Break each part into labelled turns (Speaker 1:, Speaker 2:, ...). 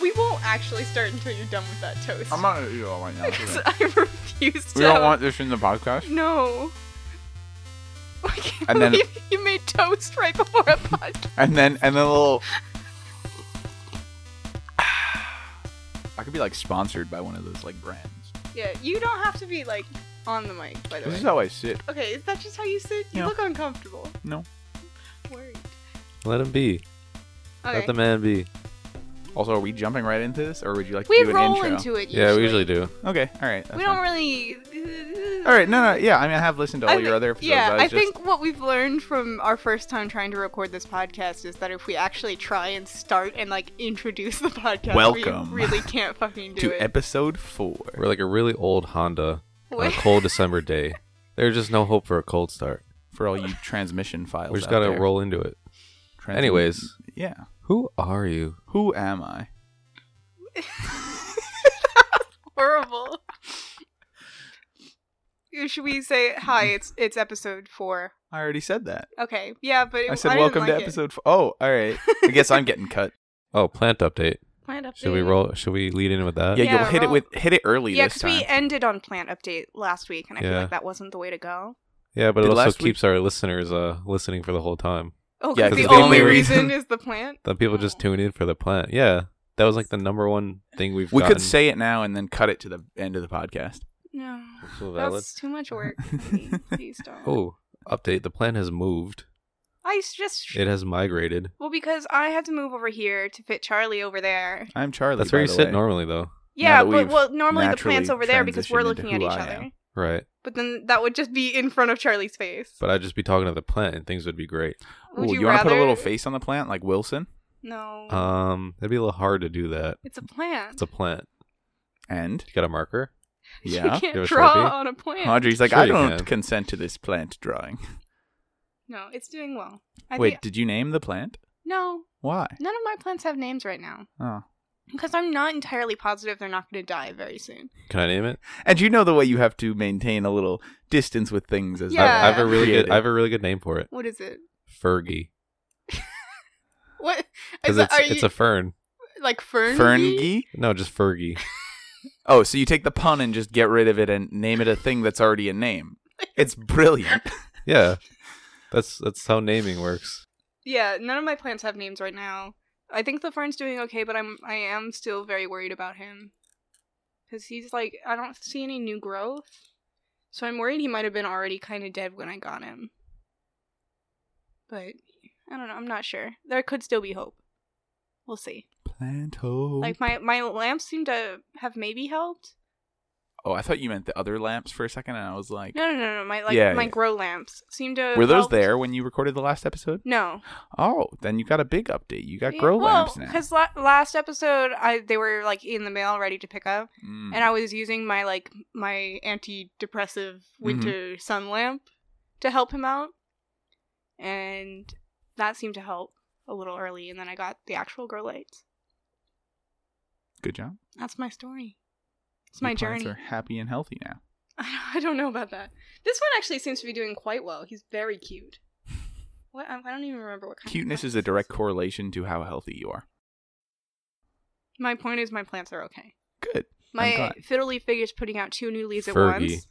Speaker 1: we won't actually start until you're done with that toast.
Speaker 2: I'm not gonna eat it all right now. it's
Speaker 1: Because
Speaker 2: okay.
Speaker 1: I refuse to.
Speaker 2: We don't want this in the podcast.
Speaker 1: No. I can't
Speaker 2: And then-
Speaker 1: believe you made toast right before a podcast.
Speaker 2: And then and then a little. I could be like sponsored by one of those like brands.
Speaker 1: Yeah, you don't have to be like on the mic, by the
Speaker 2: This is
Speaker 1: way.
Speaker 2: how I sit.
Speaker 1: Okay, is that just how you sit? You
Speaker 2: Yeah.
Speaker 1: look uncomfortable.
Speaker 2: No.
Speaker 1: Worried.
Speaker 3: Let him be.
Speaker 1: Okay.
Speaker 3: Let the man be.
Speaker 2: Also, are we jumping right into this, or would you like to
Speaker 1: we
Speaker 2: do an
Speaker 1: roll
Speaker 2: intro?
Speaker 1: into it.
Speaker 3: Yeah, we usually do.
Speaker 2: okay, all right. that's
Speaker 1: We don't
Speaker 2: fine.
Speaker 1: really.
Speaker 2: All right, no, no, yeah. I mean, I have listened to all
Speaker 1: I
Speaker 2: your
Speaker 1: thi-
Speaker 2: other episodes.
Speaker 1: Yeah,
Speaker 2: I,
Speaker 1: I,
Speaker 2: was just,
Speaker 1: think what we've learned from our first time trying to record this podcast is that if we actually try and start and like introduce the podcast,
Speaker 2: Welcome
Speaker 1: we really can't fucking do
Speaker 2: to
Speaker 1: it.
Speaker 2: episode four.
Speaker 3: We're like a really old Honda on a
Speaker 1: What?
Speaker 3: cold December day. There's just no hope for a cold start.
Speaker 2: for all you transmission files.
Speaker 3: We just
Speaker 2: out
Speaker 3: gotta
Speaker 2: there.
Speaker 3: roll into it.
Speaker 2: Trans-
Speaker 3: Anyways.
Speaker 2: yeah.
Speaker 3: Who are you?
Speaker 2: Who am I?
Speaker 1: Horrible. Should we say hi?
Speaker 2: Mm.
Speaker 1: It's it's episode four.
Speaker 2: I already said that.
Speaker 1: Okay, yeah, but it,
Speaker 2: I said
Speaker 1: didn't
Speaker 2: welcome to
Speaker 1: like it.
Speaker 2: episode four. Oh, all right. I guess I'm getting cut.
Speaker 3: Oh, plant update.
Speaker 1: Plant update.
Speaker 3: Should we roll? Should we lead in with that?
Speaker 2: Yeah,
Speaker 1: Yeah,
Speaker 2: you'll hit
Speaker 1: roll.
Speaker 2: it with hit it early
Speaker 1: Yeah,
Speaker 2: this
Speaker 1: because
Speaker 2: time.
Speaker 1: we ended on plant update last week, and I feel
Speaker 3: Yeah.
Speaker 1: like that wasn't the way to go.
Speaker 3: Yeah, but it
Speaker 2: Did
Speaker 3: also
Speaker 2: last week-
Speaker 3: keeps our listeners uh, listening for the whole time.
Speaker 1: Oh,
Speaker 2: Yeah,
Speaker 1: because the,
Speaker 3: 'cause the
Speaker 1: only
Speaker 3: only
Speaker 1: reason
Speaker 2: reason-
Speaker 1: is the plant.
Speaker 3: Then people
Speaker 1: Oh.
Speaker 3: just tune in for the plant. Yeah, that was like the number one thing we've.
Speaker 2: we
Speaker 3: gotten.
Speaker 2: could say it now and then cut it to the end of the podcast.
Speaker 1: No,
Speaker 3: So valid.
Speaker 1: that's too much work. Please, please don't.
Speaker 3: Oh, update. The plant has moved.
Speaker 1: I s- just
Speaker 3: It has migrated.
Speaker 1: well because I had to move over here to fit Charlie over there.
Speaker 2: I'm Charlie.
Speaker 3: That's where
Speaker 2: by
Speaker 3: you
Speaker 2: the
Speaker 3: sit
Speaker 2: way.
Speaker 3: normally, though.
Speaker 1: Yeah,
Speaker 2: that
Speaker 1: but
Speaker 2: we've
Speaker 1: well, normally the plant's
Speaker 2: naturally
Speaker 1: over there because we're
Speaker 2: transitioned
Speaker 1: looking at
Speaker 2: into
Speaker 1: each
Speaker 2: who I
Speaker 1: other.
Speaker 2: am.
Speaker 3: Right.
Speaker 1: But then that would just be in front of Charlie's face.
Speaker 3: But I'd just be talking to the plant, and things would be great.
Speaker 1: Would
Speaker 2: Ooh,
Speaker 1: you,
Speaker 2: you wanna put a
Speaker 1: rather-
Speaker 2: little uh, face on the plant like Wilson?
Speaker 1: No,
Speaker 3: Um, that'd be a little hard to do that.
Speaker 1: it's a plant.
Speaker 3: It's a plant.
Speaker 2: And
Speaker 3: You got a marker?
Speaker 2: yeah.
Speaker 1: you can't
Speaker 3: Give it a
Speaker 1: draw
Speaker 3: Sharpie.
Speaker 1: on a plant.
Speaker 2: Audrey's like,
Speaker 3: Sure
Speaker 2: I
Speaker 3: you
Speaker 2: don't
Speaker 3: can.
Speaker 2: consent to this plant drawing.
Speaker 1: No, it's doing well. I
Speaker 2: Wait,
Speaker 1: think-
Speaker 2: did you name the plant?
Speaker 1: no,
Speaker 2: Why?
Speaker 1: none of my plants have names right now
Speaker 2: Oh.
Speaker 1: because I'm not entirely positive they're not going to die very soon.
Speaker 3: Can I name it?
Speaker 2: And you know the way you have to maintain a little distance with things as
Speaker 1: Yeah.
Speaker 3: I, I have a really
Speaker 2: Creative.
Speaker 3: good. I have a really good name for it.
Speaker 1: What is it?
Speaker 3: Fergie.
Speaker 1: What? Is
Speaker 3: Because
Speaker 1: that,
Speaker 3: it's
Speaker 1: are
Speaker 3: it's
Speaker 1: you
Speaker 3: a fern.
Speaker 1: like fern?
Speaker 2: Ferngi?
Speaker 3: No, just Fergie.
Speaker 2: Oh, so you take the pun and just get rid of it and name it a thing that's already a name. It's brilliant.
Speaker 3: Yeah, that's that's how naming works.
Speaker 1: Yeah, none of my plants have names right now. I think the fern's doing okay, but I'm I am still very worried about him because he's like I don't see any new growth, so I'm worried he might have been already kind of dead when I got him. But I don't know. I'm not sure. There could still be hope. We'll see.
Speaker 2: Plant hope.
Speaker 1: Like my my lamps seem to have maybe helped.
Speaker 2: oh, I thought you meant the other lamps for a second, and I was like,
Speaker 1: No, no, no, no. My like
Speaker 2: Yeah,
Speaker 1: my
Speaker 2: yeah.
Speaker 1: grow lamps seem to. have
Speaker 2: were those
Speaker 1: helped.
Speaker 2: there when you recorded the last episode?
Speaker 1: No,
Speaker 2: Oh, then you got a big update. You got grow lamps now.
Speaker 1: Because la- last episode, I they were like in the mail, ready to pick up,
Speaker 2: Mm.
Speaker 1: and I was using my like my antidepressive
Speaker 2: Mm-hmm.
Speaker 1: winter sun lamp to help him out, and that seemed to help a little early. And then I got the actual grow lights.
Speaker 2: Good job.
Speaker 1: That's my story. It's
Speaker 2: Your
Speaker 1: my
Speaker 2: plants
Speaker 1: journey.
Speaker 2: are happy and healthy now.
Speaker 1: I don't know about that. This one actually seems to be doing quite well. He's very cute. What I I don't even remember what kind of
Speaker 2: Cuteness
Speaker 1: plant
Speaker 2: is
Speaker 1: this
Speaker 2: a direct correlation to how healthy you are.
Speaker 1: My point is, my plants are okay.
Speaker 2: Good. I'm
Speaker 1: My
Speaker 2: glad.
Speaker 1: fiddle leaf figure's putting out two new leaves
Speaker 3: Fergie.
Speaker 1: at once.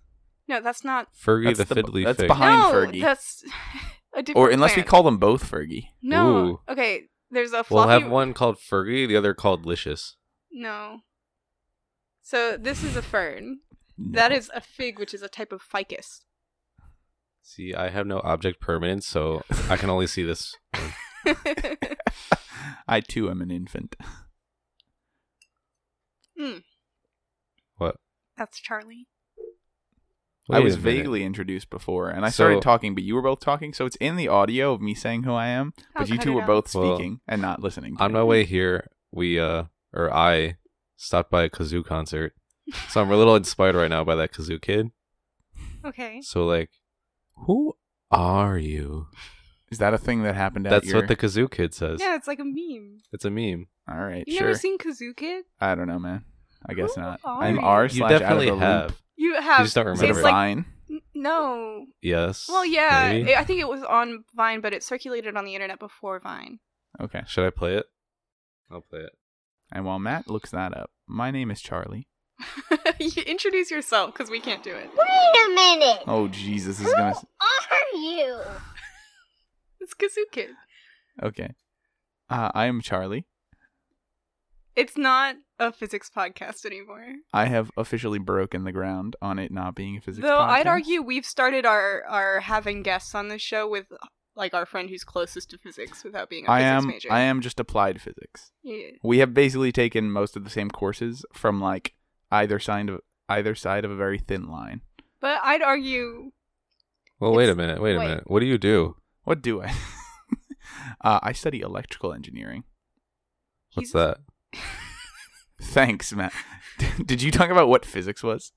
Speaker 1: No, that's not.
Speaker 3: Fergie
Speaker 2: That's
Speaker 3: the,
Speaker 2: the-
Speaker 3: fiddly
Speaker 2: that's
Speaker 3: fig.
Speaker 2: behind- Pine
Speaker 1: no,
Speaker 2: Fergie.
Speaker 1: that's a different.
Speaker 2: Or unless we
Speaker 1: plant.
Speaker 2: call them both Fergie.
Speaker 1: No.
Speaker 3: Ooh.
Speaker 1: Okay, there's a
Speaker 3: We'll
Speaker 1: fluffy.
Speaker 3: have one called Fergie, the other called Licious.
Speaker 1: No. So this is a fern.
Speaker 2: No.
Speaker 1: That is a fig, which is a type of ficus.
Speaker 3: See, I have no object permanence, so I can only see this.
Speaker 1: mm.
Speaker 2: I too am an infant.
Speaker 3: What?
Speaker 1: That's Charlie.
Speaker 2: I
Speaker 3: Wait
Speaker 2: was
Speaker 3: a minute.
Speaker 2: vaguely introduced before, and I
Speaker 3: So-
Speaker 2: started talking, but you were both talking, so it's in the audio of me saying who I am,
Speaker 1: I'll
Speaker 2: but you
Speaker 1: cut
Speaker 2: two
Speaker 1: it
Speaker 2: were
Speaker 1: out.
Speaker 2: both
Speaker 3: Well,
Speaker 2: speaking and not listening. To
Speaker 3: on
Speaker 2: me.
Speaker 3: my way here. We uh, or I stopped by a kazoo concert, so I'm a little inspired right now by that kazoo kid.
Speaker 1: Okay.
Speaker 3: So like, who are you?
Speaker 2: Is that a thing that happened? at
Speaker 3: That's
Speaker 2: your...
Speaker 3: what the kazoo kid says.
Speaker 1: Yeah, it's like a meme.
Speaker 3: It's a meme.
Speaker 2: All right,
Speaker 1: You
Speaker 2: sure.
Speaker 1: never seen Kazoo Kid?
Speaker 2: I don't know, man. I guess
Speaker 1: Who
Speaker 2: not.
Speaker 1: are
Speaker 2: I'm
Speaker 1: you?
Speaker 2: R
Speaker 3: You
Speaker 2: slash out of
Speaker 3: definitely
Speaker 2: the
Speaker 3: have.
Speaker 2: loop.
Speaker 1: You have.
Speaker 3: just don't
Speaker 1: it's
Speaker 2: Remember
Speaker 3: remember.
Speaker 1: like
Speaker 2: Vine?
Speaker 1: n- no.
Speaker 3: Yes.
Speaker 1: Well, yeah.
Speaker 3: maybe?
Speaker 1: it- I think it was on Vine, but it circulated on the internet before Vine.
Speaker 2: Okay.
Speaker 3: Should I play it? I'll play it.
Speaker 2: And while Matt looks that up, my name is Charlie.
Speaker 1: you introduce yourself because we can't do it.
Speaker 4: Wait a minute.
Speaker 2: Oh Jesus this is gonna. s-
Speaker 4: Are you?
Speaker 1: It's Kazoo Kid.
Speaker 2: Okay. Uh, I am Charlie.
Speaker 1: It's not a physics podcast anymore.
Speaker 2: I have officially broken the ground on it not being a physics.
Speaker 1: Though I'd
Speaker 2: podcast.
Speaker 1: argue we've started our our having guests on this show with like our friend who's closest to physics without being a
Speaker 2: I
Speaker 1: physics
Speaker 2: am.
Speaker 1: major.
Speaker 2: I am just applied physics.
Speaker 1: Yeah.
Speaker 2: we have basically taken most of the same courses from like either side of either side of a very thin line.
Speaker 1: But I'd argue
Speaker 3: Well, wait a
Speaker 1: It's-
Speaker 3: minute. Wait a
Speaker 1: wait.
Speaker 3: minute. What do you do?
Speaker 2: What do I? uh, I study electrical engineering.
Speaker 1: he's
Speaker 3: What's that?
Speaker 2: Thanks, Matt. Did you talk about what physics was?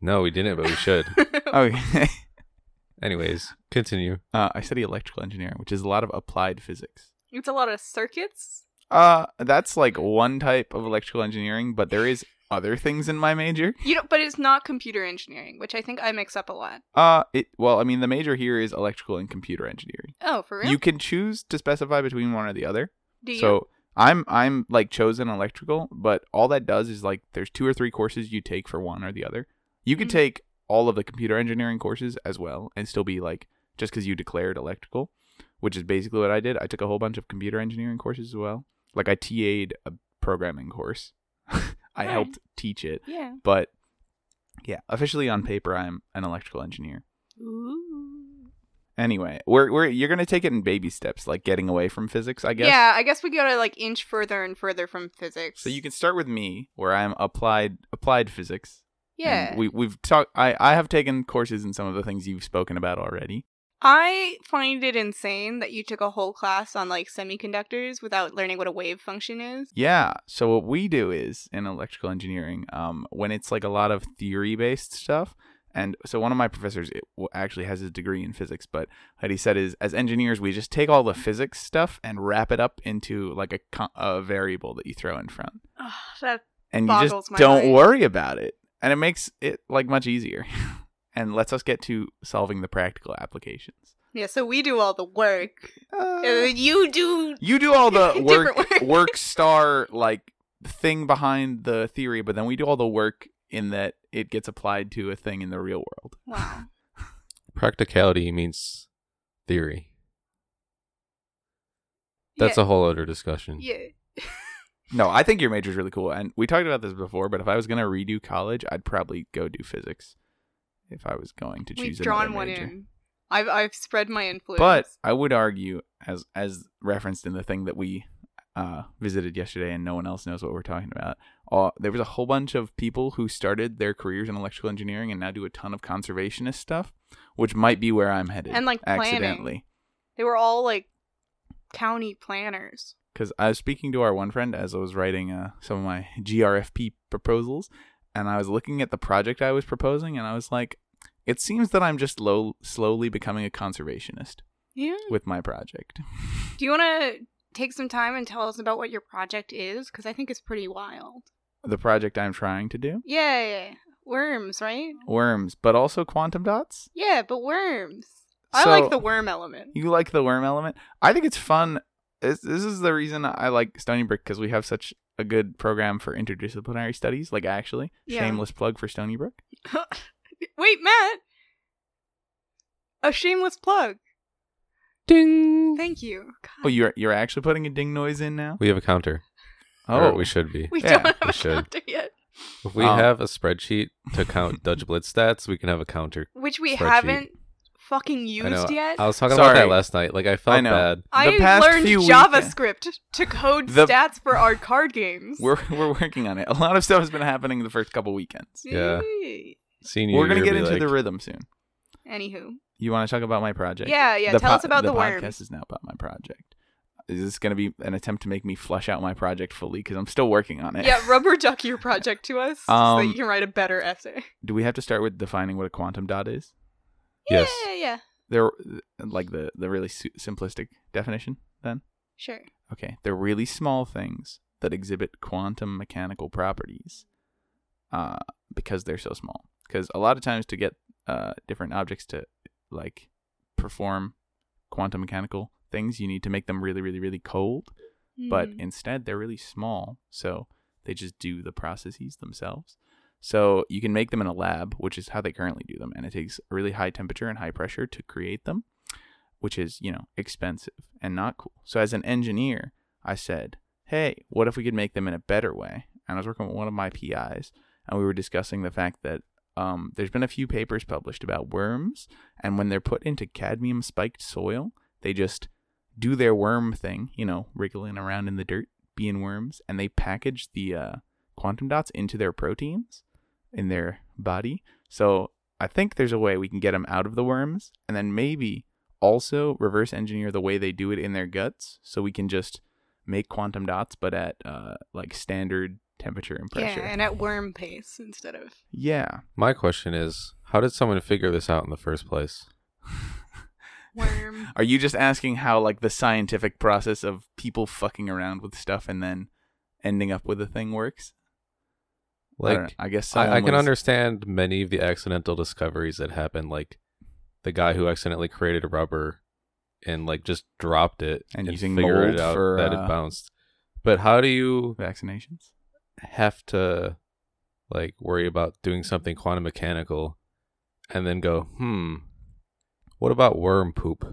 Speaker 3: No, we didn't, but we should.
Speaker 2: Okay.
Speaker 3: Anyways, continue.
Speaker 2: Uh, I study electrical engineering, which is a lot of applied physics.
Speaker 1: it's a lot of circuits.
Speaker 2: Uh, that's like one type of electrical engineering, but there is other things in my major.
Speaker 1: You know, but it's not computer engineering, which I think I mix up a lot.
Speaker 2: Uh, it well, I mean, the major here is electrical and computer engineering.
Speaker 1: Oh, for real?
Speaker 2: You can choose to specify between one or the other.
Speaker 1: Do you?
Speaker 2: So I'm I'm like chosen electrical, but all that does is like there's two or three courses you take for one or the other. You could
Speaker 1: Mhm.
Speaker 2: take all of the computer engineering courses as well and still be like just because you declared electrical, which is basically what I did. I took a whole bunch of computer engineering courses as well. Like I TA'd a programming course. I
Speaker 1: Right.
Speaker 2: helped teach it,
Speaker 1: yeah.
Speaker 2: but yeah, officially on paper I'm an electrical engineer.
Speaker 1: Ooh.
Speaker 2: Anyway, we're, we're you're gonna take it in baby steps, like getting away from physics, I guess.
Speaker 1: Yeah, I guess we gotta like inch further and further from physics.
Speaker 2: So you can start with me, where I'm applied applied physics.
Speaker 1: Yeah.
Speaker 2: And we we've talked. I I have taken courses in some of the things you've spoken about already.
Speaker 1: I find it insane that you took a whole class on like semiconductors without learning what a wave function is.
Speaker 2: Yeah. So what we do is in electrical engineering, um, when it's like a lot of theory based stuff. And so one of my professors it w- actually has a degree in physics, but what he said is, as engineers, we just take all the physics stuff and wrap it up into like a, co- a variable that you throw in front,
Speaker 1: Ugh, that
Speaker 2: and you
Speaker 1: Boggles
Speaker 2: just
Speaker 1: my
Speaker 2: don't
Speaker 1: mind.
Speaker 2: worry about it, and it makes it like much easier, and lets us get to solving the practical applications.
Speaker 1: yeah. So we do all the work.
Speaker 2: Uh,
Speaker 1: Uh, you do
Speaker 2: you do all the work,
Speaker 1: Different work.
Speaker 2: work star like thing behind the theory, but then we do all the work in that it gets applied to a thing in the real world.
Speaker 1: wow.
Speaker 3: Practicality means theory. That's
Speaker 1: yeah,
Speaker 3: a whole other discussion.
Speaker 1: yeah.
Speaker 2: No, I think your major is really cool, and we talked about this before. But if I was gonna redo college, I'd probably go do physics. If I was going to
Speaker 1: We've
Speaker 2: choose,
Speaker 1: drawn
Speaker 2: another
Speaker 1: one
Speaker 2: major.
Speaker 1: in. I've I've spread my influence.
Speaker 2: But I would argue, as as referenced in the thing that we uh, visited yesterday, and no one else knows what we're talking about. Uh, there was a whole bunch of people who started their careers in electrical engineering and now do a ton of conservationist stuff, which might be where I'm headed.
Speaker 1: And, like, planning.
Speaker 2: accidentally,
Speaker 1: they were all like county planners.
Speaker 2: because I was speaking to our one friend as I was writing uh, some of my GRFP proposals, and I was looking at the project I was proposing, and I was like, it seems that I'm just low, slowly becoming a conservationist
Speaker 1: Yeah.
Speaker 2: with my project.
Speaker 1: Do you want to take some time and tell us about what your project is? Because I think it's pretty wild.
Speaker 2: The project I'm trying to do.
Speaker 1: Yeah, yeah, yeah. worms, right?
Speaker 2: worms, but also quantum dots.
Speaker 1: Yeah, but worms. I
Speaker 2: So-
Speaker 1: like the worm element.
Speaker 2: You like the worm element? I think it's fun. This, this is the reason I like Stony Brook because we have such a good program for interdisciplinary studies. Like, actually,
Speaker 1: Yeah.
Speaker 2: shameless plug for Stony Brook.
Speaker 1: Wait, Matt. A shameless plug.
Speaker 3: Ding.
Speaker 1: Thank you. God,
Speaker 2: Oh, you're you're actually putting a ding noise in now.
Speaker 3: We have a counter.
Speaker 2: Oh,
Speaker 3: Or we should be.
Speaker 1: we Oh.
Speaker 2: yeah,
Speaker 1: don't have
Speaker 3: we
Speaker 1: a
Speaker 3: should.
Speaker 1: counter yet,
Speaker 3: If we
Speaker 2: Um,
Speaker 3: have a spreadsheet to count Dutch Blitz stats, we can have a counter.
Speaker 1: which we
Speaker 3: Spreadsheet.
Speaker 1: haven't fucking
Speaker 3: I know.
Speaker 1: used yet.
Speaker 3: I was talking
Speaker 2: Sorry.
Speaker 3: about that last night. Like I felt
Speaker 2: I know.
Speaker 3: bad.
Speaker 1: I
Speaker 2: the past
Speaker 1: learned
Speaker 2: few week-
Speaker 1: JavaScript to code
Speaker 2: The-
Speaker 1: stats for our card games.
Speaker 2: we're we're working on it. A lot of stuff has been happening the first couple weekends.
Speaker 3: Yeah.
Speaker 1: Yay.
Speaker 3: Senior
Speaker 2: We're gonna
Speaker 3: year,
Speaker 2: get
Speaker 3: be
Speaker 2: into
Speaker 3: like,
Speaker 2: the rhythm soon.
Speaker 1: Anywho.
Speaker 2: You want to talk about my project?
Speaker 1: Yeah, yeah.
Speaker 2: The
Speaker 1: Tell
Speaker 2: po-
Speaker 1: us about the,
Speaker 2: podcast
Speaker 1: worms.
Speaker 2: is now about my project. Is this going to be an attempt to make me flush out my project fully? Because I'm still working on it.
Speaker 1: Yeah, rubber duck your project to us so that
Speaker 2: Um,
Speaker 1: you can write a better essay.
Speaker 2: Do we have to start with defining what a quantum dot is?
Speaker 3: Yes.
Speaker 1: Yeah, yeah, yeah.
Speaker 2: They're like the the really su- simplistic definition. Then
Speaker 1: Sure.
Speaker 2: okay, they're really small things that exhibit quantum mechanical properties, uh, because they're so small. Because a lot of times to get uh different objects to like perform quantum mechanical things, you need to make them really, really, really cold. but
Speaker 1: Mhm.
Speaker 2: instead they're really small so they just do the processes themselves so you can make them in a lab which is how they currently do them and it takes a really high temperature and high pressure to create them which is you know expensive and not cool so as an engineer i said hey what if we could make them in a better way and i was working with one of my pis and we were discussing the fact that um, there's been a few papers published about worms and when they're put into cadmium spiked soil they just do their worm thing, you know, wriggling around in the dirt, being worms, and they package the uh, quantum dots into their proteins in their body. So I think there's a way we can get them out of the worms, and then maybe also reverse engineer the way they do it in their guts, so we can just make quantum dots, but at uh, like standard temperature and pressure.
Speaker 1: Yeah, and at worm pace instead of.
Speaker 2: yeah.
Speaker 3: My question is, how did someone figure this out in the first place?
Speaker 1: Worm.
Speaker 2: Are you just asking how like the scientific process of people fucking around with stuff and then ending up with a thing works? I, don't
Speaker 3: Like,
Speaker 2: know. I guess
Speaker 3: I, I
Speaker 2: someone
Speaker 3: can
Speaker 2: was-
Speaker 3: understand many of the accidental discoveries that happen, like the guy who accidentally created rubber and like just dropped it
Speaker 2: And using
Speaker 3: figured
Speaker 2: mold for,
Speaker 3: that it
Speaker 2: uh,
Speaker 3: bounced. But how do you
Speaker 2: vaccinations.
Speaker 3: have to like worry about doing something quantum mechanical and then go, hmm, what about worm poop?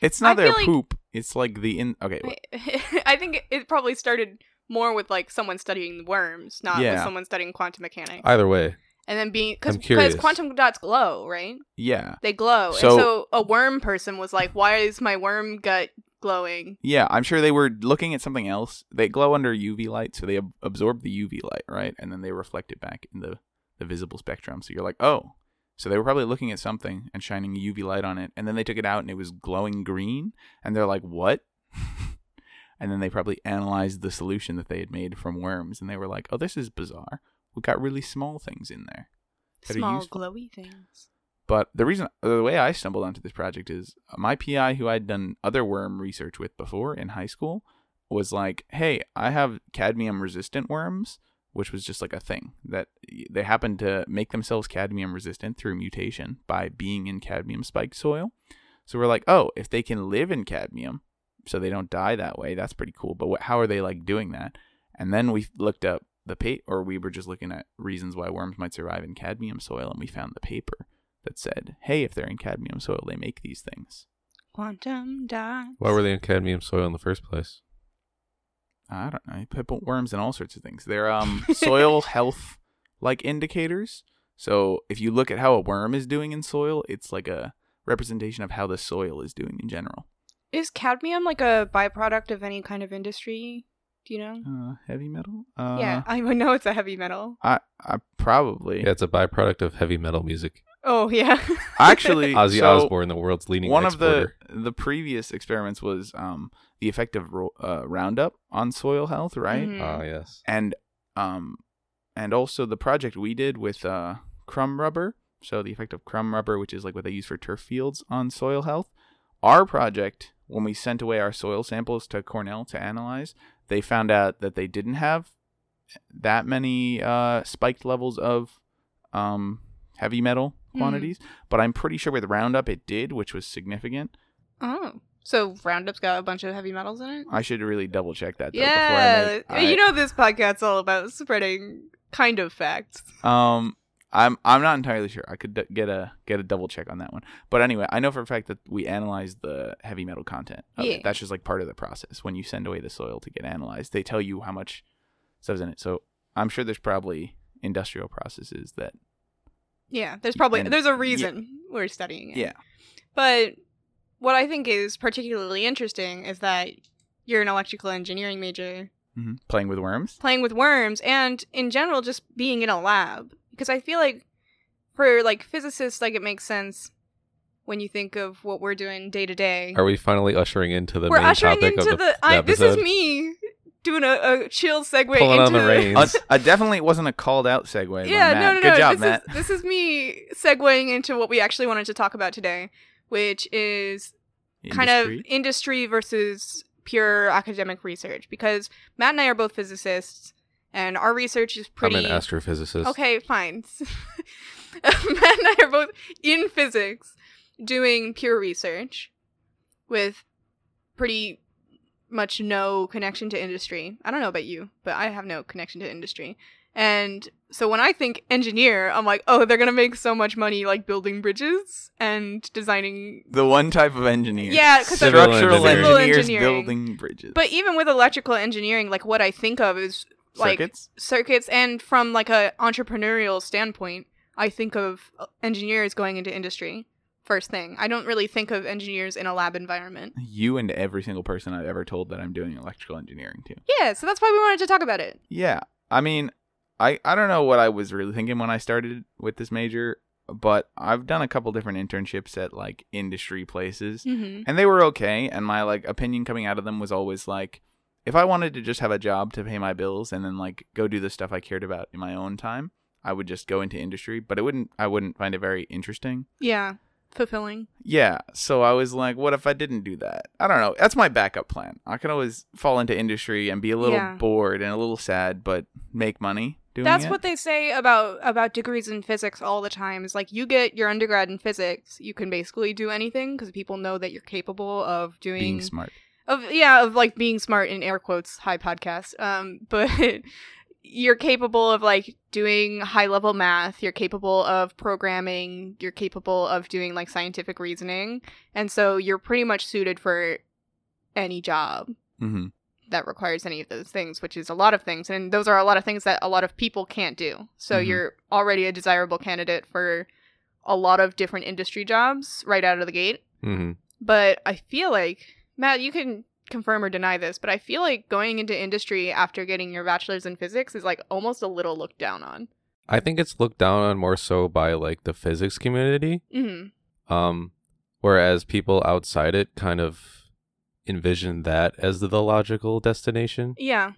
Speaker 2: It's not
Speaker 1: I
Speaker 2: their
Speaker 1: feel like-
Speaker 2: poop. It's like the in. Okay,
Speaker 1: I, I think it probably started more with like someone studying the worms, not with
Speaker 2: Yeah.
Speaker 1: someone studying quantum mechanics.
Speaker 3: Either way,
Speaker 1: and then being because
Speaker 3: I'm curious.
Speaker 1: quantum dots glow, right?
Speaker 2: yeah,
Speaker 1: They glow.
Speaker 2: So-
Speaker 1: and so a worm person was like, "Why is my worm gut glowing?"
Speaker 2: yeah. I'm sure they were looking at something else. They glow under UV light, so they ab- absorb the UV light, right, and then they reflect it back in the the visible spectrum. So you're like, oh, so they were probably looking at something and shining a UV light on it, and then they took it out and it was glowing green, and they're like, what? and then they probably analyzed the solution that they had made from worms, and they were like, oh, this is bizarre. We got really small things in there. That are
Speaker 1: Small
Speaker 2: useful.
Speaker 1: glowy things.
Speaker 2: But the reason, the way I stumbled onto this project is uh, my PI, who I'd done other worm research with before in high school, was like, "Hey, I have cadmium resistant worms," which was just like a thing that they happened to make themselves cadmium resistant through mutation by being in cadmium spiked soil. So we're like, "Oh, if they can live in cadmium, so they don't die that way, that's pretty cool." But what, how are they like doing that? And then we looked up the pa- or we were just looking at reasons why worms might survive in cadmium soil, and we found the paper that said, hey, if they're in cadmium soil, they make these things.
Speaker 1: Quantum dots.
Speaker 3: why were they in cadmium soil in the first place?
Speaker 2: I don't know. They put worms and all sorts of things. They're um, soil health like indicators. So if you look at how a worm is doing in soil, it's like a representation of how the soil is doing in general.
Speaker 1: Is cadmium like a byproduct of any kind of industry? Do you know?
Speaker 2: Uh, heavy metal? Uh,
Speaker 1: yeah, I would know it's a heavy metal.
Speaker 2: I, I probably.
Speaker 3: Yeah, it's a byproduct of heavy metal music.
Speaker 1: Oh yeah.
Speaker 2: Actually,
Speaker 3: Ozzy
Speaker 2: so-
Speaker 3: Osbourne, the world's leading
Speaker 2: one
Speaker 3: exporter.
Speaker 2: of the the previous experiments was um, the effect of ro- uh, Roundup on soil health, right?
Speaker 1: Mhm.
Speaker 3: Ah, yes.
Speaker 2: and um and also the project we did with uh crumb rubber so the effect of crumb rubber which is like what they use for turf fields on soil health our project when we sent away our soil samples to cornell to analyze they found out that they didn't have that many uh spiked levels of um heavy metal
Speaker 1: Hmm.
Speaker 2: quantities but i'm pretty sure with roundup it did which was significant
Speaker 1: oh, so Roundup's got a bunch of heavy metals in it.
Speaker 2: i should really double check that though
Speaker 1: Yeah,
Speaker 2: before I make, I-
Speaker 1: you know this podcast's all about spreading kind of facts.
Speaker 2: Um, I'm I'm not entirely sure. I could d- get a get a double check on that one. But anyway, I know for a fact that we analyze the heavy metal content. Of
Speaker 1: Yeah.
Speaker 2: it. That's just like part of the process. When you send away the soil to get analyzed, they tell you how much stuff's in it. So I'm sure there's probably industrial processes that
Speaker 1: Yeah, there's probably
Speaker 2: And-
Speaker 1: there's a reason we're studying it.
Speaker 2: Yeah.
Speaker 1: But what I think is particularly interesting is that you're an electrical engineering major
Speaker 3: Mm-hmm.
Speaker 2: Mhm. playing with worms.
Speaker 1: playing with worms and in general just being in a lab because I feel like for like physicists like it makes sense when you think of what we're doing day to day.
Speaker 3: Are we finally ushering into the
Speaker 1: Mm. We're
Speaker 3: main
Speaker 1: ushering
Speaker 3: topic
Speaker 1: into
Speaker 3: of the,
Speaker 1: the I, this is
Speaker 3: episode?
Speaker 1: me doing a, a chill segue
Speaker 3: Pulling
Speaker 1: into
Speaker 3: on the reins.
Speaker 2: Uh, I definitely wasn't a called out segue. by
Speaker 1: Yeah, no,
Speaker 2: Matt.
Speaker 1: no,
Speaker 2: Good
Speaker 1: no.
Speaker 2: job,
Speaker 1: this
Speaker 2: Matt.
Speaker 1: is this is me segueing into what we actually wanted to talk about today, which is kind of
Speaker 2: Industry.
Speaker 1: industry versus pure academic research. Because Matt and I are both physicists, and our research is pretty.
Speaker 3: I'm an astrophysicist.
Speaker 1: Okay, fine. Matt and I are both in physics doing pure research with pretty much no connection to industry. I don't know about you, but I have no connection to industry. And so when I think engineer, I'm like, oh, they're gonna make so much money like building bridges and designing.
Speaker 2: The one type of engineer.
Speaker 1: Yeah, 'cause
Speaker 3: Civil
Speaker 2: structural
Speaker 3: engineering.
Speaker 1: Civil
Speaker 2: engineers
Speaker 1: engineering.
Speaker 2: building bridges.
Speaker 1: But even with electrical engineering, like what I think of is like
Speaker 2: circuits.
Speaker 1: circuits and from like a entrepreneurial standpoint i think of uh, engineers going into industry first thing i don't really think of engineers in a lab environment
Speaker 2: You and every single person I've ever told that I'm doing electrical engineering to.
Speaker 1: yeah so that's why we wanted to talk about it
Speaker 2: Yeah. I mean, I I don't know what I was really thinking when I started with this major, but I've done a couple different internships at like industry places.
Speaker 1: mm-hmm.
Speaker 2: and they were okay and my like opinion coming out of them was always like if i wanted to just have a job to pay my bills and then like go do the stuff i cared about in my own time i would just go into industry but it wouldn't i wouldn't find it very interesting
Speaker 1: yeah fulfilling
Speaker 2: yeah so i was like what if i didn't do that i don't know that's my backup plan i can always fall into industry and be a little
Speaker 1: Yeah.
Speaker 2: bored and a little sad but make money doing
Speaker 1: that's
Speaker 2: it.
Speaker 1: what they say about about degrees in physics all the time is like you get your undergrad in physics you can basically do anything because people know that you're capable of doing
Speaker 2: being smart
Speaker 1: of yeah of like being smart in air quotes high podcast um but you're capable of like doing high level math you're capable of programming you're capable of doing like scientific reasoning and so you're pretty much suited for any job
Speaker 2: mm-hmm.
Speaker 1: that requires any of those things which is a lot of things and those are a lot of things that a lot of people can't do so
Speaker 2: Mhm.
Speaker 1: you're already a desirable candidate for a lot of different industry jobs right out of the gate
Speaker 3: Mm-hmm.
Speaker 1: but I feel like Matt, you can confirm or deny this, but I feel like going into industry after getting your bachelor's in physics is like almost a little looked down on.
Speaker 3: I think it's looked down on more so by like the physics community,
Speaker 1: hmm
Speaker 3: um, whereas people outside it kind of envision that as the logical destination.
Speaker 1: Yeah.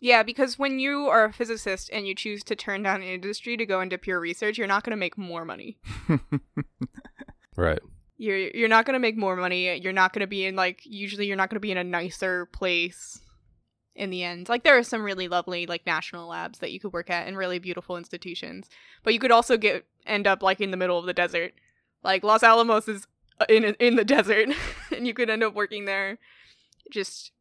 Speaker 1: Yeah, because when you are a physicist and you choose to turn down industry to go into pure research, you're not going to make more money.
Speaker 2: Mm-hmm.
Speaker 3: Right.
Speaker 1: You're you're not going to make more money. You're not going to be in like usually you're not going to be in a nicer place in the end. Like there are some really lovely like national labs that you could work at and really beautiful institutions, but you could also get end up like in the middle of the desert. Like Los Alamos is uh, in in the desert, and you could end up working there, just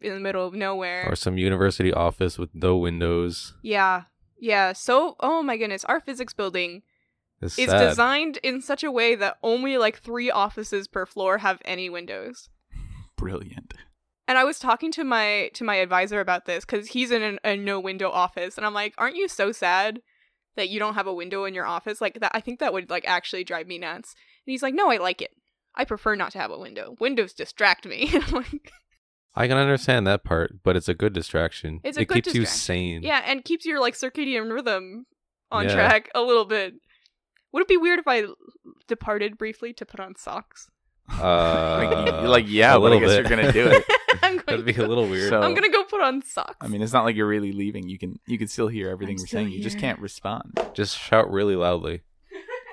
Speaker 1: in the middle of nowhere.
Speaker 3: Or some university office with no windows.
Speaker 1: Yeah, yeah. So oh my goodness, our physics building
Speaker 3: It's,
Speaker 1: is
Speaker 3: sad.
Speaker 1: designed in such a way that only like three offices per floor have any windows.
Speaker 2: brilliant
Speaker 1: And I was talking to my to my advisor about this because he's in an, a no window office, and I'm like, aren't you so sad that you don't have a window in your office? Like that, I think that would like actually drive me nuts. And he's like, no, I like it. I prefer not to have a window. Windows distract me. And I'm like,
Speaker 3: I can understand that part, but it's a good distraction.
Speaker 1: It's a
Speaker 3: it
Speaker 1: good
Speaker 3: keeps you
Speaker 1: distraction.
Speaker 3: sane.
Speaker 1: yeah, and keeps your like circadian rhythm on
Speaker 3: Yeah.
Speaker 1: track a little bit. Would it be weird if I departed briefly to put on socks?
Speaker 3: Uh,
Speaker 2: like, like, yeah
Speaker 3: a
Speaker 2: but i
Speaker 3: little
Speaker 2: guess
Speaker 3: bit.
Speaker 2: you're gonna do it
Speaker 1: I'm going
Speaker 3: That'd be
Speaker 1: to
Speaker 3: a little weird.
Speaker 2: So-
Speaker 1: I'm gonna go put on socks.
Speaker 2: I mean, it's not like you're really leaving. You can you can still hear everything
Speaker 1: I'm
Speaker 2: we're
Speaker 1: still
Speaker 2: saying. You just
Speaker 1: here.
Speaker 2: can't respond.
Speaker 3: Just shout really loudly.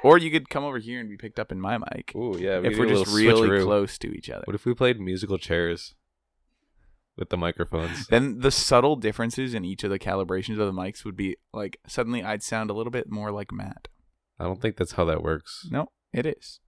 Speaker 2: Or you could come over here and be picked up in my mic
Speaker 3: Ooh, yeah.
Speaker 2: if we're just really close to each other.
Speaker 3: What if we played musical chairs with the microphones?
Speaker 2: Then the subtle differences in each of the calibrations of the mics would be like suddenly I'd sound a little bit more like Matt.
Speaker 3: I don't think that's how that works.
Speaker 2: No, it is.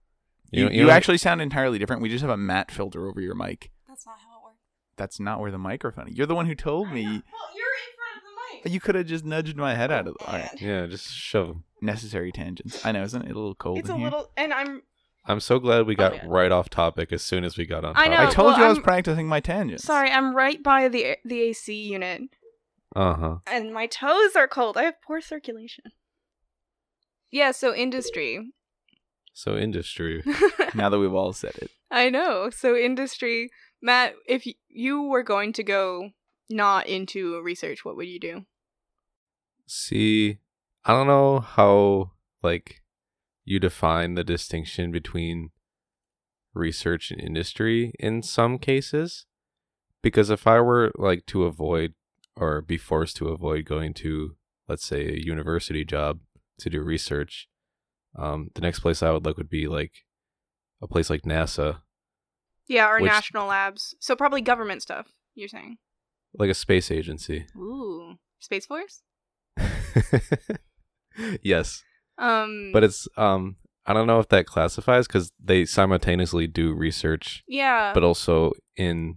Speaker 2: You,
Speaker 3: You know-
Speaker 2: you,
Speaker 3: you know-
Speaker 2: actually sound entirely different. We just have a Matt filter over your mic.
Speaker 1: that's not how it works.
Speaker 2: That's not where the microphone. You're the one who told
Speaker 1: Well,
Speaker 2: me.
Speaker 1: you're in front of the mic.
Speaker 2: You could have just nudged my head out of the. All right.
Speaker 3: Yeah, just shove 'em.
Speaker 2: Necessary tangents. I know, isn't it a little cold
Speaker 1: It's
Speaker 2: in
Speaker 1: a
Speaker 2: here?
Speaker 1: little, and I'm
Speaker 3: I'm so glad we got
Speaker 1: yeah.
Speaker 3: right off topic as soon as we got on
Speaker 1: I
Speaker 3: topic.
Speaker 2: Oh, I
Speaker 1: know.
Speaker 2: told
Speaker 1: well,
Speaker 2: you I was
Speaker 1: I'm-
Speaker 2: practicing my tangents.
Speaker 1: sorry, I'm right by the the AC unit,
Speaker 3: Uh huh.
Speaker 1: and my toes are cold. I have poor circulation. Yeah, so industry.
Speaker 3: So industry.
Speaker 2: Now that we've all said it.
Speaker 1: I know. So industry, Matt. If y- you were going to go not into research, what would you do?
Speaker 3: See, I don't know how like you define the distinction between research and industry in some cases because if I were like to avoid or be forced to avoid going to let's say a university job to do research um the next place I would look would be like a place like NASA
Speaker 1: Yeah, our
Speaker 3: Which-
Speaker 1: national labs. So probably government stuff. You're saying.
Speaker 3: like a space agency
Speaker 1: Ooh, Space Force.
Speaker 3: yes
Speaker 1: Um,
Speaker 3: but it's um i don't know if that classifies because they simultaneously do research
Speaker 1: yeah.
Speaker 3: but also in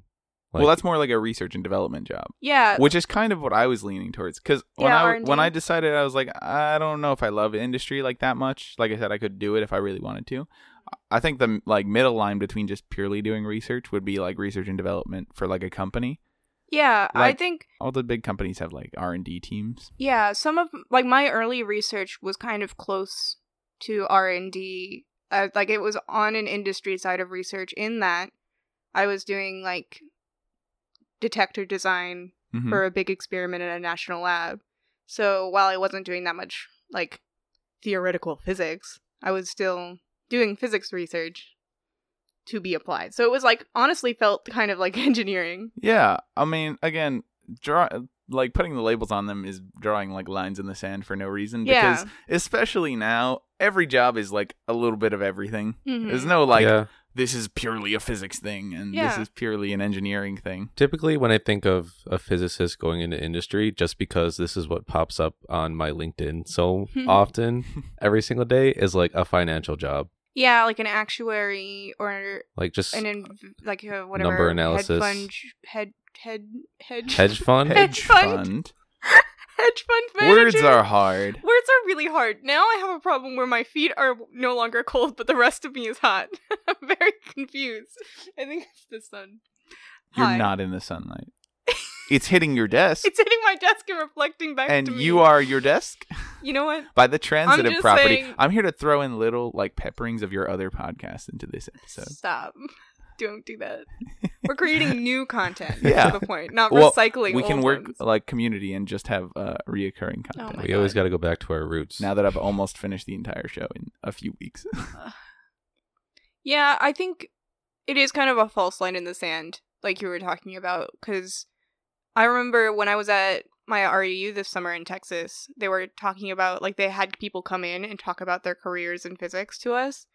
Speaker 2: well, that's more like a research and development job,
Speaker 1: Yeah.
Speaker 2: which is kind of what I was leaning towards. Because when
Speaker 1: Uh, Yeah,
Speaker 2: I
Speaker 1: R&D.
Speaker 2: when I decided, I was like, I don't know if I love industry like that much. Like I said, I could do it if I really wanted to. I think the like middle line between just purely doing research would be like research and development for like a company.
Speaker 1: yeah. I
Speaker 2: like-
Speaker 1: think
Speaker 2: All the big companies have like R and D teams.
Speaker 1: yeah, some of like my early research was kind of close to R&D. Uh, like it was on an industry side of research in that I was doing like detector design
Speaker 2: Mhm.
Speaker 1: for a big experiment in a national lab. So while I wasn't doing that much like theoretical physics, I was still doing physics research to be applied. So it was like honestly felt kind of like engineering.
Speaker 2: Yeah, I mean, again, draw like putting the labels on them is drawing like lines in the sand for no reason.
Speaker 1: yeah.
Speaker 2: Because especially now, every job is like a little bit of everything.
Speaker 1: Mhm.
Speaker 2: There's no like
Speaker 3: yeah.
Speaker 2: this is purely a physics thing and this
Speaker 1: Yeah.
Speaker 2: is purely an engineering thing.
Speaker 3: Typically, when I think of a physicist going into industry, just because this is what pops up on my LinkedIn so often every single day, is like a financial job,
Speaker 1: Yeah, like an actuary or
Speaker 3: like just
Speaker 1: an in- like uh, whatever
Speaker 3: Number analysis.
Speaker 1: hedge fund head head hedge
Speaker 3: hedge fund.
Speaker 2: Hedge
Speaker 1: fund.
Speaker 2: fund.
Speaker 1: hedge fund manager.
Speaker 2: Words are hard.
Speaker 1: Words are really hard. Now I have a problem where my feet are no longer cold, but the rest of me is hot. I'm very confused. I think it's the sun.
Speaker 2: You're
Speaker 1: Hi.
Speaker 2: not in the sunlight. it's hitting your desk,
Speaker 1: It's hitting my desk and reflecting back
Speaker 2: and
Speaker 1: to me.
Speaker 2: you are your desk
Speaker 1: You know what?
Speaker 2: by the transitive
Speaker 1: just
Speaker 2: property.
Speaker 1: saying-
Speaker 2: I'm here to throw in little like pepperings of your other podcast into this episode.
Speaker 1: Stop. Don't do that. We're creating new content.
Speaker 2: Yeah.
Speaker 1: To the point, not
Speaker 2: Well,
Speaker 1: recycling.
Speaker 2: we can
Speaker 1: old
Speaker 2: work
Speaker 1: ones.
Speaker 2: like community and just have uh, reoccurring
Speaker 1: Oh
Speaker 2: content.
Speaker 1: my
Speaker 3: we always
Speaker 1: God.
Speaker 3: got to go back to our roots.
Speaker 2: now that I've almost finished the entire show in a few weeks,
Speaker 1: Yeah, I think it is kind of a false line in the sand, like you were talking about, because I remember when I was at my REU this summer in Texas, they were talking about, like, they had people come in and talk about their careers in physics to us.